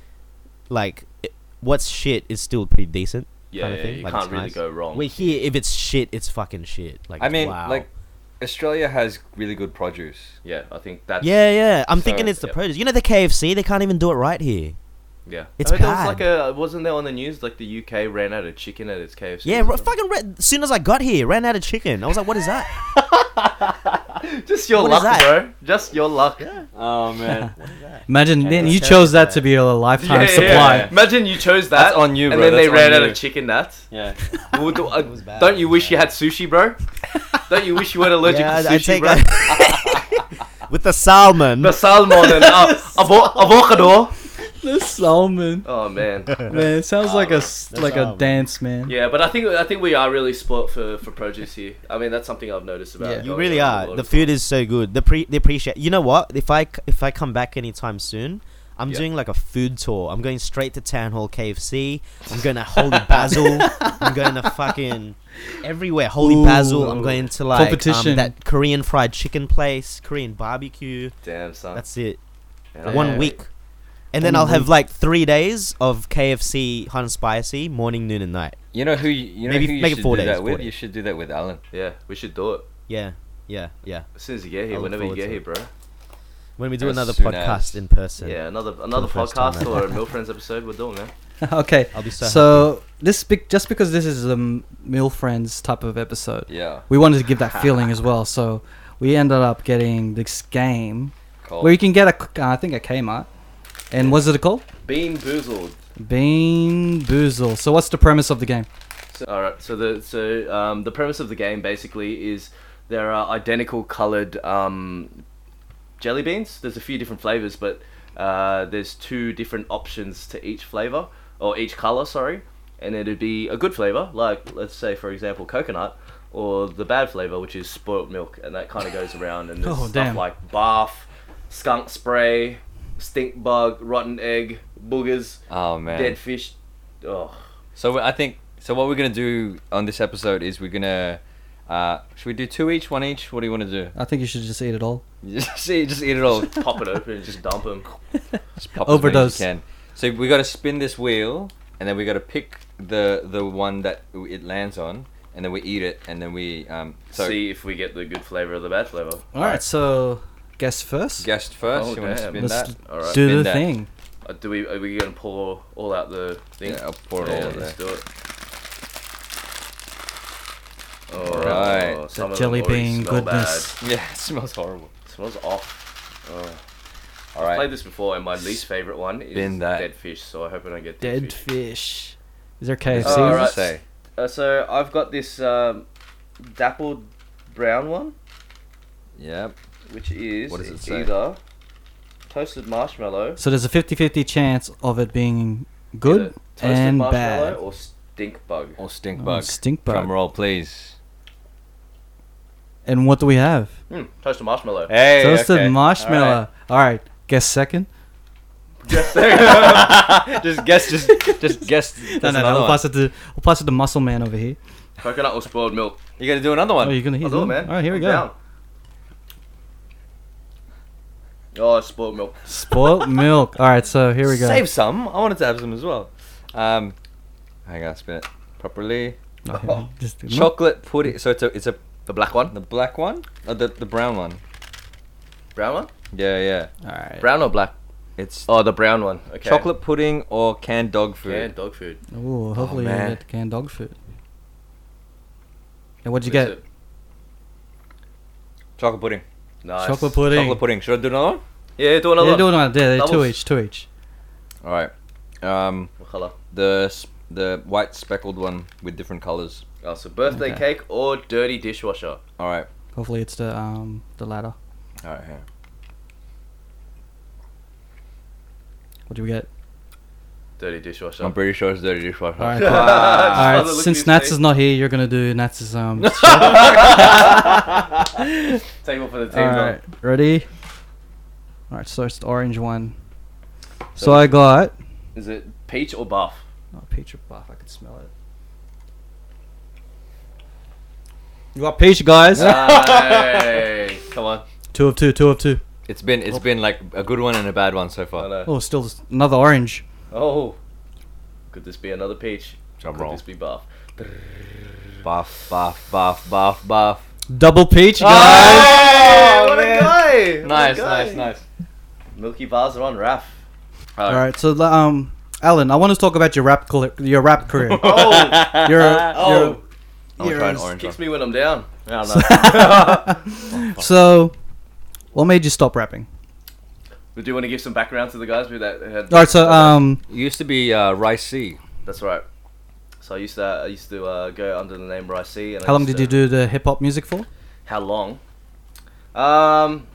S4: like, it, what's shit is still pretty decent.
S5: yeah,
S4: kind of
S5: yeah,
S4: thing,
S5: you
S4: like,
S5: can't
S4: it's
S5: really
S4: nice.
S5: go wrong.
S4: We're here if it's shit, it's fucking shit. Like
S3: I mean,
S4: wow.
S3: like Australia has really good produce.
S5: yeah, I think that's
S4: Yeah, yeah. I'm thinking
S3: So,
S4: it's the
S5: yeah.
S4: produce. You know the KFC, they can't even do it right here.
S5: yeah.
S4: It's
S5: I heard there was
S4: bad.
S5: like a wasn't there on the news like the UK ran out of chicken at its KFC.
S4: Yeah,
S5: or
S4: ro-
S5: something?
S4: fucking. Re- soon as I got here, ran out of chicken. I was like, "What is that?"
S5: Just your
S4: What
S5: luck,
S4: is that?
S5: bro. Just your luck. Yeah,
S3: Oh man,
S1: Imagine then you chose that to be a lifetime
S5: yeah,
S1: supply.
S5: yeah. Imagine you chose that
S3: That's on you,
S5: and
S3: bro.
S5: then they
S3: That's
S5: ran
S3: on
S5: out
S3: you.
S5: of chicken nuts.
S3: yeah.
S5: Well, do- uh,
S4: was bad.
S5: don't you wish you had sushi, bro? Don't you wish you weren't allergic
S4: Yeah,
S5: to
S4: I- I
S5: sushi,
S4: take
S5: bro?
S4: With the salmon,
S5: the salmon and uh, avo- avocado.
S1: the salmon.
S5: Oh man.
S1: Man, it sounds like a s-
S6: the
S1: like a
S6: salmon.
S1: dance, man.
S5: Yeah, but I think I think we are really spoilt for, for produce here. I mean, that's something I've noticed about.
S1: Yeah.
S5: going
S4: You really
S5: around
S4: are.
S5: world.
S4: The food is so good. The pre they appreciate. You know what? If I c- if I come back anytime soon, I'm
S5: Yeah.
S4: doing like a food tour. I'm going straight to Town Hall KFC. I'm going to Holy Basil. I'm going to fucking everywhere. Holy
S1: Ooh.
S4: Basil. I'm going to like um,
S1: Competition.
S4: that Korean fried chicken place, Korean barbecue.
S5: Damn son.
S4: That's it.
S5: Yeah.
S4: One week. And then
S1: One
S4: I'll have
S1: week.
S4: like three days of KFC hot and spicy morning, noon, and night.
S3: You know who you, you know
S4: Maybe
S3: who you
S4: make it
S3: should
S4: four
S3: do
S4: days,
S3: that
S4: four
S3: with?
S4: days.
S3: You should do that with Alan.
S5: Yeah, we should do it
S4: Yeah, yeah, yeah.
S5: as soon as you get
S4: I
S5: here.
S4: look
S5: Whenever you
S4: forward
S5: get
S4: to
S5: here,
S4: it.
S5: bro.
S4: When we do
S3: As
S4: another
S3: soon
S4: podcast
S3: as-
S4: in person.
S5: Yeah, another another
S4: the first time
S5: podcast or a Mill Friends episode. We're doing man.
S1: okay.
S4: I'll be so
S1: So, this bec- just because this is a m- meal friends type of episode,
S3: Yeah.
S1: we wanted to give that feeling as well. So we ended up getting this game
S3: Cool.
S1: where you can get a c- uh, I think a Kmart, and what's it called?
S5: Bean boozled.
S1: Bean Boozle. So what's the premise of the game?
S5: So, all right. So the so um, the premise of the game basically is there are identical colored um, jelly beans. There's a few different flavors, but uh, there's two different options to each flavor or each color. Sorry, and it'd be a good flavor, like let's say for example coconut, or the bad flavor, which is spoilt milk, and that kind of goes around and there's
S1: Oh,
S5: stuff
S1: damn.
S5: like bath, skunk spray, stink bug, rotten egg, boogers,
S3: oh man.
S5: dead fish. Oh,
S3: So I think so. What we're gonna do on this episode is we're gonna. Uh, should we do two each, one each? What do you want to
S1: I think you should just eat it all.
S3: do? just eat, just eat it all.
S5: pop it open and just dump them.
S3: Just pop as many as you
S1: Overdose.
S3: can. So we got to spin this wheel, and then we got to pick the the one that it lands on, and then we eat it, and then we um. So
S5: see if we get the good flavor or the bad flavor.
S1: All right. So guess first.
S3: guest first.
S5: Oh,
S3: you want to
S5: damn.
S3: spin
S1: Let's
S3: that?
S5: All right.
S1: do
S3: spin
S1: the
S3: that.
S1: thing.
S5: Uh, Do we are we gonna pour all out the thing?
S3: Yeah, I'll pour it
S5: Yeah,
S3: all in there.
S5: let's do it.
S3: Right.
S5: Oh, some
S1: The
S5: of them
S1: jelly
S5: already
S1: bean
S5: smell
S1: goodness.
S3: Yeah, it smells horrible.
S5: Bad. Smells off. Oh. I
S3: All
S5: played
S3: right.
S5: this before, and my least favorite one is
S3: Spin that.
S5: dead fish. So I hope I don't get dead,
S1: Dead
S5: fish.
S1: fish. Is there KFC?
S5: Oh,
S1: in
S5: all right.
S1: this?
S3: Say.
S5: Uh, so I've got this um, dappled brown one,
S3: Yep.
S5: which is
S3: What does it say?
S5: either toasted marshmallow,
S1: So there's a 50-50 chance of it being good
S5: either toasted
S1: and
S5: marshmallow,
S1: bad.
S5: or stink bug.
S3: Or stink
S1: Oh,
S3: bug.
S1: stink bug.
S3: Drum roll, please.
S1: And what do we have?
S5: Hmm, toasted marshmallow.
S3: Hey.
S1: Toasted
S3: okay.
S1: marshmallow. All right. Guess second.
S3: just guess. Just just guess.
S1: No,
S3: there's
S1: no, no.
S3: another
S1: We'll
S3: one.
S1: pass it to we'll pass it to Muscle Man over here.
S5: Coconut or spoiled milk.
S3: You gotta do another one.
S1: Oh, you're gonna hear
S5: I'll do it,
S1: them?
S5: man.
S1: All right, here we
S5: I'm
S1: go.
S5: down. Oh, it's spoiled milk.
S1: Spoiled milk. All right, so here we go.
S3: Save some. I wanted to have some as well. Um, hang on, spin it properly. Oh.
S1: Okay, just do-
S3: Chocolate pudding. So it's a it's a
S5: The black one?
S3: the black one, or the the brown one.
S5: Brown one?
S3: Yeah, yeah.
S1: All right.
S5: Brown or black?
S3: It's
S5: Oh, the brown one. Okay.
S3: chocolate pudding or canned dog food.
S5: Yeah, dog food.
S1: Ooh, hopefully you
S3: man.
S1: get the canned dog food. And what'd you
S5: That's
S1: get?
S5: it.
S3: Chocolate pudding.
S5: Nice.
S1: Chocolate pudding.
S3: Chocolate pudding. Should I do another one?
S5: Yeah, do another
S1: Yeah, do
S5: one.
S1: another. Yeah, two
S5: Doubles.
S1: each, two each.
S3: All right. Um,
S5: What colour?
S3: the s- the white speckled one with different colors.
S5: Oh, so birthday
S1: Okay.
S5: cake or dirty dishwasher.
S3: All right.
S1: Hopefully it's the um the latter.
S3: All right. Here.
S1: What do we get?
S5: Dirty dishwasher.
S3: I'm pretty sure it's dirty dishwasher.
S1: All right.
S3: All
S1: All
S5: Just
S1: right.
S5: Ah, look
S1: Since
S5: these
S1: Nats
S5: things.
S1: is not here, you're gonna do Nats's um.
S5: Take one for the team.
S1: All
S5: bro.
S1: right, ready? All right, so it's the orange one. So I got
S5: Is it peach or buff?
S1: oh, peach or buff. I can smell it. You got peach, guys.
S5: hey, come on.
S1: Uh, Two of two, two of two.
S3: It's been it's been like a good one and a bad one so
S5: Oh,
S3: far.
S5: no.
S1: Oh, still s- another orange.
S5: oh. Could this be another peach?
S3: Drum
S5: Could
S3: roll.
S5: this be buff?
S3: Buff, buff, buff, buff, buff.
S1: Double peach,
S5: Oh,
S1: guys.
S3: Oh,
S5: what a guy! What
S3: Nice,
S5: a guy.
S3: nice, nice.
S5: Milky bars are on Raph.
S1: All right, so the- um, Alan, I want to talk about your rap cl- your rap career.
S5: Oh,
S1: Your,
S5: oh,
S3: I want to try an
S1: Yours
S3: orange one.
S5: kicks me when I'm down. I don't know.
S1: your so, what made you stop rapping?
S5: But do you want to give some background to the guys with that? Had,
S1: All right, so um,
S3: It used to be uh, Rice C.
S5: that's right. So I used to I used to uh, go under the name Rice C. And I
S1: how long
S5: used
S1: did you
S5: to-
S1: do the hip hop music for?
S5: How long? Um,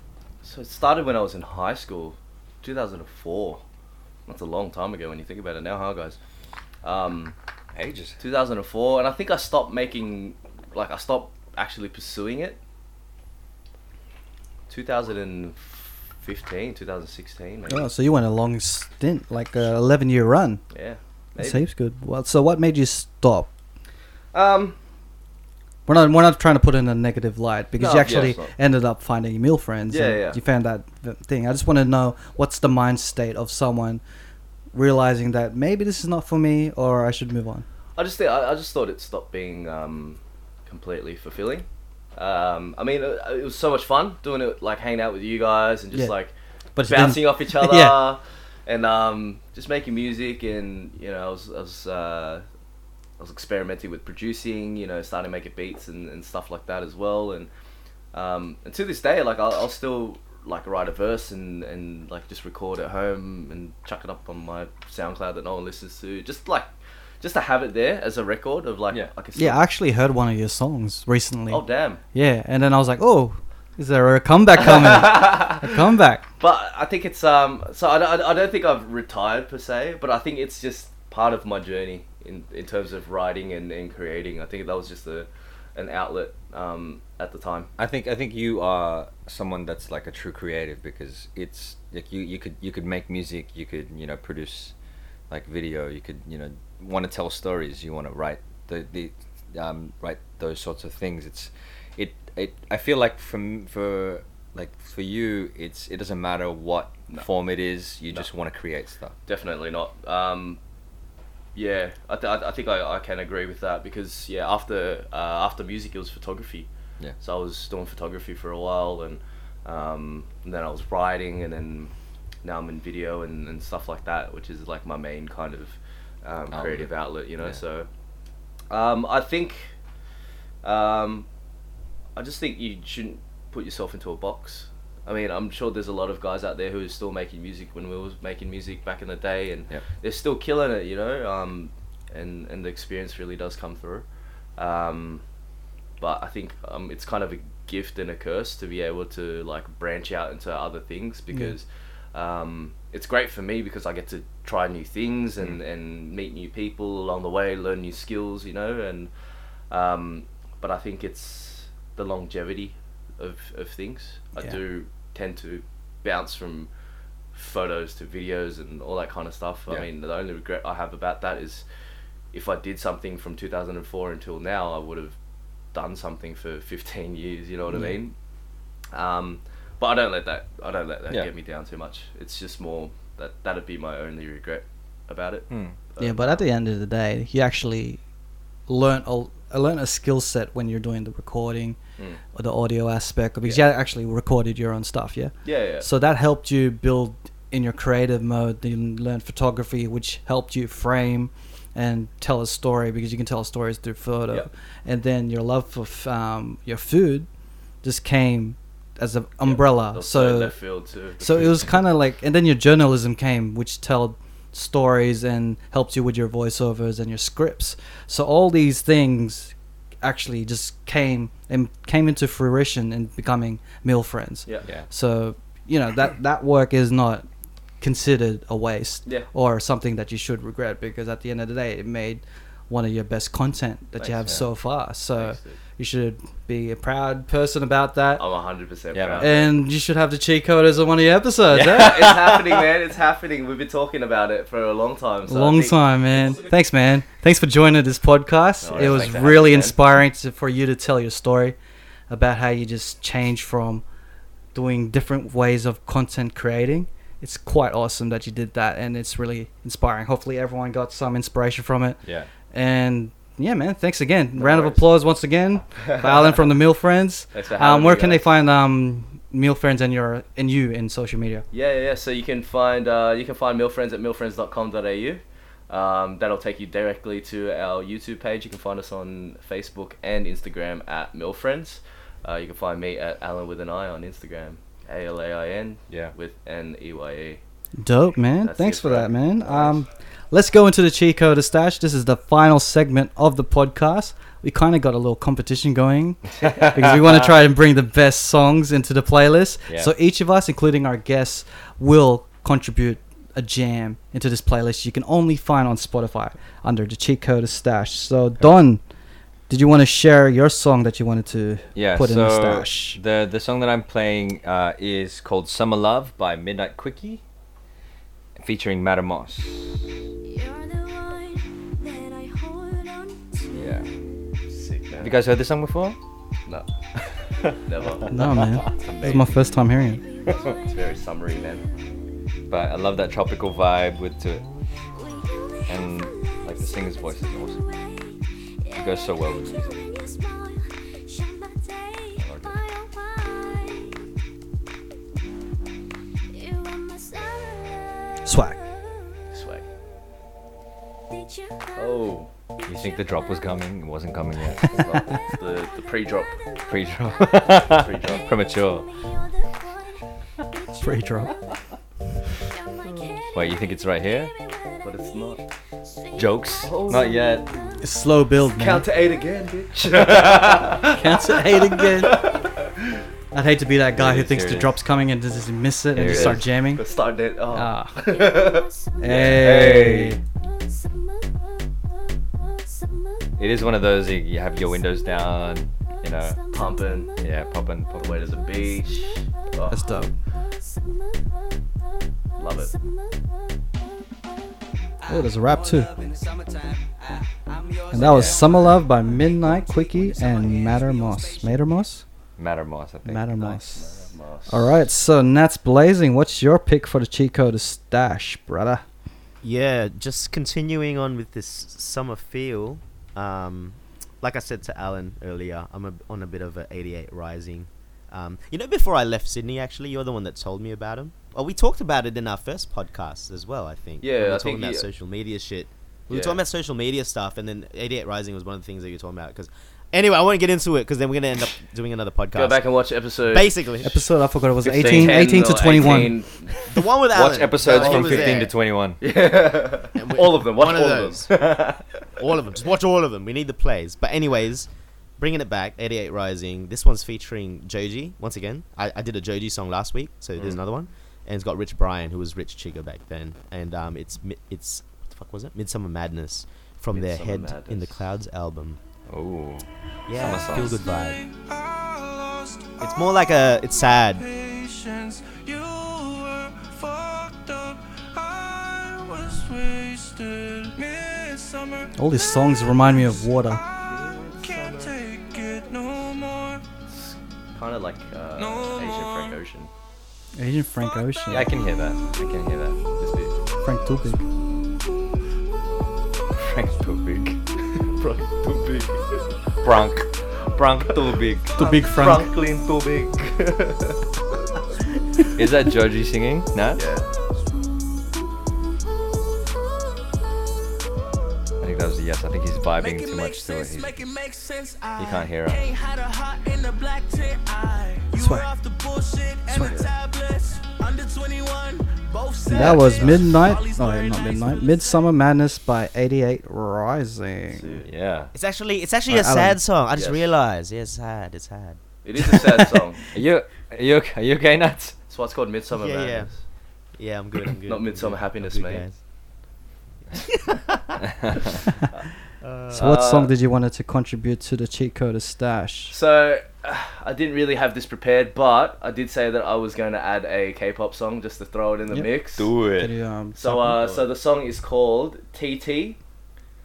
S5: so it started when I was in high school, 2004. That's a long time ago when you think about it now, huh, guys? Um,
S3: Ages.
S5: 2004, and I think I stopped making, like, I stopped actually pursuing it. 2015, 2016, maybe.
S1: Oh, so you went a long stint, like a 11 year run.
S5: Yeah.
S1: That's
S5: maybe.
S1: heaps good. Well, so what made you stop?
S5: Um,
S1: We're not, we're not trying to put it in a negative light because
S5: No,
S1: you
S5: yeah,
S1: actually
S5: it's not.
S1: ended up finding meal friends.
S5: Yeah,
S1: and
S5: yeah.
S1: You found that th- thing. I just want to know what's the mind state of someone realizing that maybe this is not for me or I should move on.
S5: I just think, I, I just thought it stopped being um, completely fulfilling. Um, I mean, it, it was so much fun doing it, like hanging out with you guys and just
S1: Yeah.
S5: like
S1: But you
S5: bouncing
S1: didn't-
S5: off each other
S1: Yeah.
S5: and um, just making music. And you know, I was I was, uh, I was experimenting with producing. You know, starting making beats and, and stuff like that as well. And um, and to this day, like I'll, I'll still like write a verse and, and like just record at home and chuck it up on my SoundCloud that no one listens to. Just like just to have it there as a record of like
S3: Yeah.
S5: I can still-
S1: Yeah, I actually heard one of your songs recently.
S5: oh damn.
S1: Yeah, and then I was like, oh, is there a comeback coming? a comeback.
S5: But I think it's um. So I, don't- I don't think I've retired per se, but I think it's just part of my journey in in terms of writing and, and creating. I think that was just a an outlet um at the time.
S3: I think I think you are someone that's like a true creative because it's like you, you could you could make music, you could you know produce like video, you could you know want to tell stories, you want to write the the um, write those sorts of things. It's it it I feel like from for like for you, it's it doesn't matter what form it is, you just want to create stuff.
S5: Definitely not. Um, yeah, I, th- I I think I, I can agree with that because yeah, after uh, after music it was photography.
S3: Yeah.
S5: So I was doing photography for a while, and, um, and then I was writing, and then now I'm in video and, and stuff like that, which is like my main kind of um,
S3: Outlet.
S5: creative outlet, you know.
S3: Yeah.
S5: So um, I think um, I just think you shouldn't put yourself into a box. I mean, I'm sure there's a lot of guys out there who are still making music when we was making music back in the day, and
S3: Yep.
S5: they're still killing it, you know. Um, and and the experience really does come through. Um, but I think um, it's kind of a gift and a curse to be able to like branch out into other things because um, it's great for me because I get to try new things and, and meet new people along the way, learn new skills, you know, and um, but I think it's the longevity of, of things. I
S1: Yeah.
S5: do tend to bounce from photos to videos and all that kind of stuff. I
S3: Yeah.
S5: mean, the only regret I have about that is if I did something from 2004 until now, I would have done something for 15 years, you know what I mean? Um, but I don't let that I don't let that
S3: Yeah.
S5: get me down too much. It's just more that that'd be my only regret about it.
S1: Hmm.
S3: Hmm.
S1: Yeah, but at the end of the day, you actually learn a learn a skill set when you're doing the recording
S5: Mm.
S1: or the audio aspect because you actually recorded your own stuff, yeah.
S5: Yeah, yeah.
S1: So that helped you build in your creative mode. You learned photography, which helped you frame and tell a story because you can tell stories through photo.
S5: Yep.
S1: And then your love for f- um, your food just came as an umbrella.
S5: They'll throw
S1: So
S5: left field too.
S1: so it was kind of like, and then your journalism came, which told stories and helped you with your voiceovers and your scripts. So all these things actually just came and came into fruition in becoming meal friends.
S5: yeah.
S3: Yeah.
S1: So you know that that work is not considered a waste
S5: Yeah.
S1: or something that you should regret because at the end of the day, it made one of your best content that you have
S5: Thanks,
S1: so far. So
S5: Thanks, dude.
S1: you should be a proud person about that.
S5: I'm 100%
S3: Yeah,
S5: proud.
S3: man.
S1: And you should have the cheat code as one of your episodes. eh?
S5: it's happening, man. It's happening. We've been talking about it for a long time. So I
S1: long
S5: think-
S1: time, man. Thanks, man. Thanks for joining this podcast.
S5: No
S1: it
S5: worries.
S1: was
S5: Thanks for having me,
S1: really
S5: man.
S1: inspiring to, for you to tell your story about how you just changed from doing different ways of content creating. It's quite awesome that you did that, and it's really inspiring. Hopefully, everyone got some inspiration from it.
S3: Yeah.
S1: And yeah, man, thanks again. Round of
S5: worries.
S1: applause once again for Alan from the Meal Friends.
S5: Thanks for having
S1: Um, where
S5: me,
S1: can they
S5: guys.
S1: find um, Meal Friends and your and you in social media?
S5: Yeah, yeah, yeah. So you can find uh, you can find Millfriends at millfriends.com.au. Um, that'll take you directly to our YouTube page. You can find us on Facebook and Instagram at Millfriends. Uh, you can find me at Alan with an I on Instagram. A L A I N
S3: Yeah.
S5: with N E Y E.
S1: Dope, man.
S5: That's
S1: Thanks
S5: it,
S1: for
S5: bro.
S1: that, man.
S5: Nice.
S1: Um, let's go into the cheat code of stash. This is the final segment of the podcast. We kind of got a little competition going because we want to try and bring the best songs into the playlist.
S3: Yeah.
S1: So each of us, including our guests, will contribute
S8: a jam into this playlist you can only find on Spotify under the cheat code is stash. So Don, did you want to share your song that you wanted to
S3: Yeah,
S8: put
S3: so
S8: in the stash?
S3: the the song that I'm playing uh, is called "Summer Love" by Midnight Quickie, featuring Madam Moss.
S9: You're the one that I hold on to.
S3: Yeah,
S5: Sick,
S3: have
S5: man.
S3: you guys heard this song before?
S5: No. Never.
S8: No man, this is my first time hearing it.
S5: It's very summary, man.
S3: But I love that tropical vibe with to it.
S9: And like the singer's voice is awesome. It goes so well with the music.
S8: Swag.
S5: Swag.
S9: Oh.
S5: Oh.
S3: You think the drop was coming? It wasn't coming yet.
S5: It's the, the pre-drop.
S3: Pre-drop.
S5: Pre-drop.
S3: Premature.
S8: Free drop.
S3: Wait, you think it's right here?
S5: Hmm. But it's not.
S3: Jokes? Not yet.
S8: It's slow build, man.
S5: Count to eight again, bitch.
S8: Count to eight again. I'd hate to be that guy
S3: Here it
S8: who
S3: is,
S8: thinks
S3: here
S8: the
S3: it is.
S8: drop's coming and just miss it
S3: Here
S8: and
S3: it
S8: just start
S3: is.
S8: jamming.
S5: But starting it. Oh.
S8: Ah.
S3: Hey.
S8: hey.
S3: It is one of those you, you have your windows down, you know.
S5: Pumping.
S3: Yeah, popping, popping.
S5: Way to the beach. Oh,
S8: That's dope.
S5: love it.
S8: Oh, there's a rap too. And that was Summer Love by Midnight Quickie and Matter Moss. Matter Moss?
S3: Matter Moss, I think.
S8: Matter Moss.
S5: Moss.
S8: All right, so Nats Blazing, what's your pick for the cheat code to stash, brother?
S4: Yeah, just continuing on with this summer feel. Um, like I said to Alan earlier, I'm a, on a bit of a 88 rising. Um, you know, before I left Sydney, actually, you're the one that told me about him. Well, we talked about it in our first podcast as well, I think.
S5: Yeah,
S4: when we were
S5: I
S4: talking
S5: think
S4: about
S5: you-
S4: social media shit. We were
S5: Yeah.
S4: talking about social media stuff, and then 88 rising was one of the things that you were talking about. Because anyway, I won't get into it because then we're gonna end up doing another podcast.
S5: Go back and watch episode.
S4: Basically,
S8: Episode, I forgot it was
S3: 15,
S8: 18,
S5: 10
S8: 18 to
S5: or
S8: 21.
S5: 18.
S4: the one with Alan.
S3: Watch episodes
S4: No, he
S3: from
S4: was
S3: 15
S4: there.
S3: to 21.
S5: Yeah.
S4: And we-
S5: all of them. Watch
S4: one
S5: all of,
S4: those.
S5: them.
S4: all of them. Just watch all of them. We need the plays. But anyways, bringing it back, 88 Rising. This one's featuring Joji once again. I, I did a Joji song last week, so there's another one. And it's got Rich Brian, who was Rich Chigo back then, and um, it's mi- it's what the fuck was it? Midsummer Madness from their
S5: Midsummer
S4: Head in the
S5: Madness.
S4: Clouds album.
S3: Ooh.
S4: Yeah,
S3: Summer
S4: feel good vibe. It's more like a it's sad.
S8: All these songs remind me of water.
S5: kind of like uh, Asian Frank Ocean.
S8: Asian Frank Ocean.
S3: Yeah, I can hear that. I can hear that.
S5: This bit.
S8: Frank Tupik.
S3: Frank Tubig.
S5: Frank too big.
S3: Frank. Frank Tubig.
S8: Tupik Frank.
S5: Franklin too big.
S3: Is that Joji singing? No?
S5: yeah.
S3: I think that was a yes. I think he's vibing too much to it. He's,
S7: it make sense.
S3: he can't hear us.
S7: Ain't had a heart in the black tint eye. You
S8: Swag.
S7: were off the bullshit and the tablets. Under 21, both
S8: And that was
S7: sexes.
S8: Midnight.
S7: All these
S8: Oh,
S7: very
S8: not
S7: nice
S8: Midnight.
S7: women.
S8: Midsummer Madness by 88 Rising.
S3: Yeah.
S4: It's actually it's actually
S8: Uh,
S4: a
S8: Alan.
S4: sad song. I just
S5: Yes.
S4: realized. Yeah, it's sad. It's sad.
S5: It is a sad song.
S3: Are you, are you, okay- are you okay, Nuts?
S5: That's why it's called Midsummer
S4: Yeah, yeah.
S5: Madness.
S4: Yeah, I'm good. I'm good.
S5: Not
S4: I'm
S5: Midsummer
S4: good.
S5: Happiness,
S4: I'm good,
S5: mate.
S4: guys.
S8: So, what
S5: Uh,
S8: song did you wanted to contribute to the cheat code of stash?
S5: So uh, I didn't really have this prepared, but I did say that I was going to add a K-pop song just to throw it in the
S8: Yep.
S5: mix.
S3: Do
S8: Did
S3: it.
S8: you, um,
S5: So uh, so the song is called TT.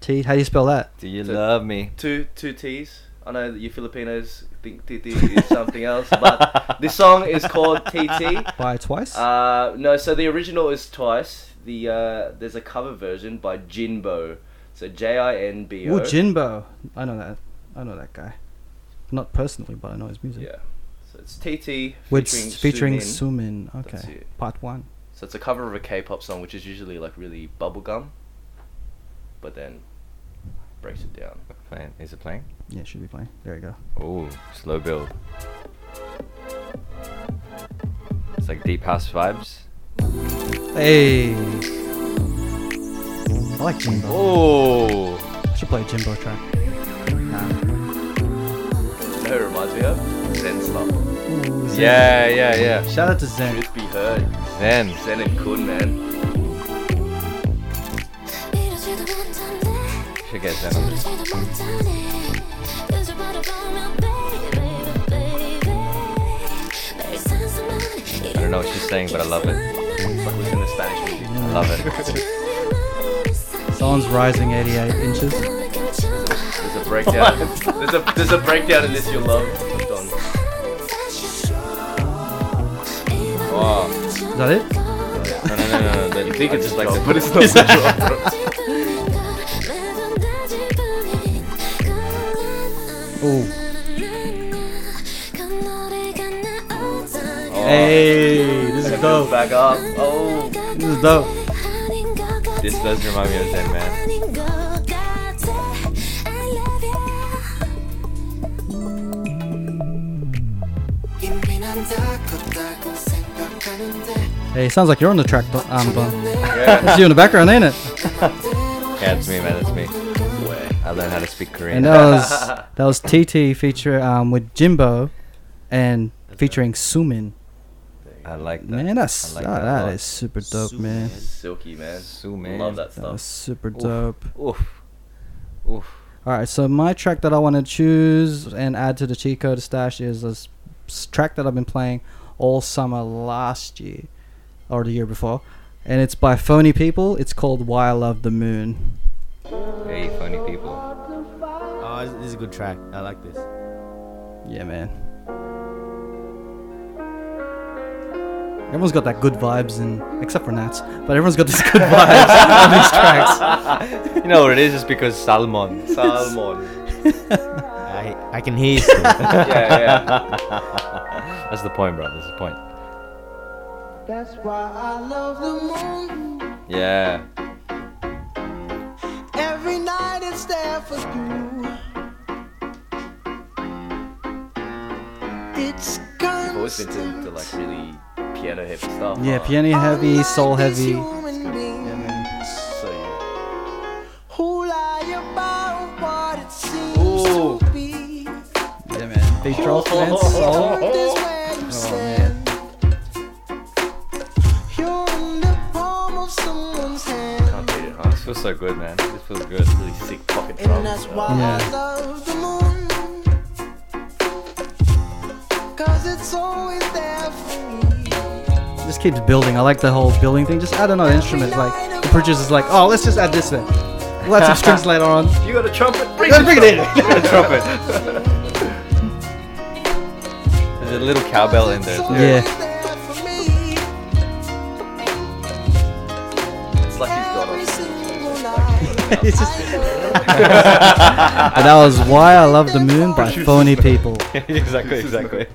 S8: T, how do you spell that?
S3: Do you love me?
S5: Two two T's. I know that you Filipinos think TT is something else, but this song is called TT.
S8: By twice?
S5: Uh, no, so the original is Twice. The uh, there's a cover version by Jinbo. So J I N B O.
S8: Ooh, Jinbo. I know that. I know that guy. Not personally, but I know his music.
S5: Yeah. So it's TT
S8: With
S5: featuring,
S8: s- featuring
S5: Sumin.
S8: Sumin.
S5: That's
S8: Okay.
S5: it.
S8: Part one.
S5: So it's a cover of a K-pop song, which is usually like really bubblegum, but then breaks it down.
S3: Playing. Is it playing?
S8: Yeah, should be playing. There you go.
S3: Ooh, slow build. It's like deep house vibes.
S8: Hey. I like Jinbo.
S3: Oh,
S8: I should play a Jinbo track.
S5: You know who it reminds me of? Zen Slump.
S8: Ooh, Zen.
S3: yeah, yeah, yeah.
S8: Shout out to Zen.
S5: Truth be heard,
S3: Then
S5: Zen and Kun, man.
S3: should get Venom.
S9: I don't know what she's saying, but I love it.
S3: Who's in the Spanish movie? I love it.
S8: Someone's rising 88 inches.
S5: There's a breakdown. there's a there's a breakdown in this you'll love. Don.
S3: Wow.
S8: Is that it?
S3: No, no, no, no, no. You think it's just like the,
S5: But it's not the genre.
S8: Hey, this is dope.
S5: Back up. Oh.
S8: This is dope.
S3: this does remind me of Zen Man.
S8: Hey, it sounds like you're on the track, Don- um, Don.
S3: Yeah,
S8: It's you in the background, ain't it?
S3: yeah, it's me, man. It's me. I learned how to speak Korean.
S8: And that was that was TT feature um, with Jimbo, and featuring Sumin.
S3: I like that.
S8: Man, that's
S3: I like
S8: ah,
S3: that a lot.
S8: that is super dope, man.
S5: Silky man.
S3: Suman.
S5: Love that
S8: That was
S5: stuff.
S8: super dope.
S3: Oof. Oof.
S8: All right, so my track that I want to choose and add to the cheat code stash is this s- track that I've been playing all summer last year or the year before, and it's by Phony People. It's called "Why I Love the Moon."
S3: Hey, funny people.
S4: Oh, this- this is a good track. I like this.
S8: Yeah, man. Everyone's got that good vibes, and except for Nats, but everyone's got this good vibes on these tracks.
S3: You know what it is? It's because Salmon.
S5: Salmon.
S4: I I can hear you. Still.
S5: yeah, yeah.
S3: That's the point, bro. That's the point.
S5: Yeah. I've always been to, to like really piano heavy stuff.
S8: Yeah,
S5: Uh,
S8: piano heavy, soul heavy. Yeah, man.
S5: So you
S8: Yeah, man. Big drop, man. Soul. Oh, man.
S5: can't beat it, huh?
S3: This feels so good, man. This feels good.
S5: Really sick pocket drums. Uh,
S8: Yeah. just keeps building. I like the whole building thing. Just add another instrument. Like the producer's like, oh, let's just add this in. We'll add some strings later on.
S5: you got a trumpet? Bring
S8: Let's
S5: it.
S8: bring it in.
S3: There's a little cowbell in there.
S8: yeah.
S5: It's like he's got us.
S8: It's just- and that was why I love the moon by phony people.
S3: exactly, exactly.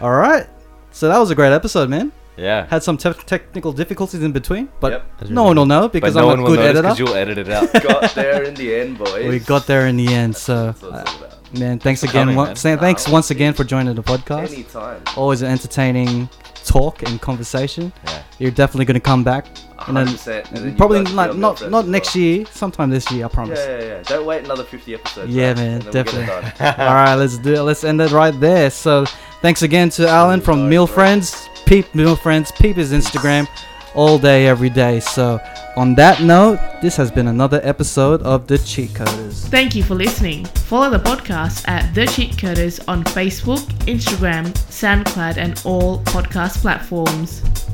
S8: All right. So that was a great episode, man.
S3: Yeah.
S8: Had some te- technical difficulties in between, but
S5: Yep.
S8: no one will know because
S3: but no
S8: I'm
S3: one
S8: a
S3: will
S8: good
S3: notice because
S8: editor.
S3: you'll edit it out.
S5: Got there in the end, boys.
S8: We got there in the end. So, uh,
S5: That's what it's all about.
S8: man, thanks
S3: for
S8: again.
S3: coming,
S8: Once,
S3: man.
S8: Thanks once again for joining the podcast.
S5: Anytime.
S8: always an entertaining talk and conversation.
S3: Yeah.
S8: You're definitely going to come back. And then,
S5: 100%, and then you
S8: probably
S5: guys will be
S8: not
S5: on
S8: not,
S5: Girlfriends
S8: not
S5: as
S8: next
S5: well.
S8: year, sometime this year, I promise.
S5: Yeah, yeah, yeah. Don't wait another 50 episodes.
S8: Yeah,
S5: man,
S8: man,
S5: and then we'll get it
S8: definitely.
S5: done.
S8: All right, let's do it. Let's end it right there. So, thanks again to Alan from Meal Friends. Peep Meal Friends. Peep his Instagram all day, every day. So, on that note, this has been another episode of The Cheat Coders.
S2: Thank you for listening. Follow the podcast at The Cheat Coders on Facebook, Instagram, SoundCloud, and all podcast platforms.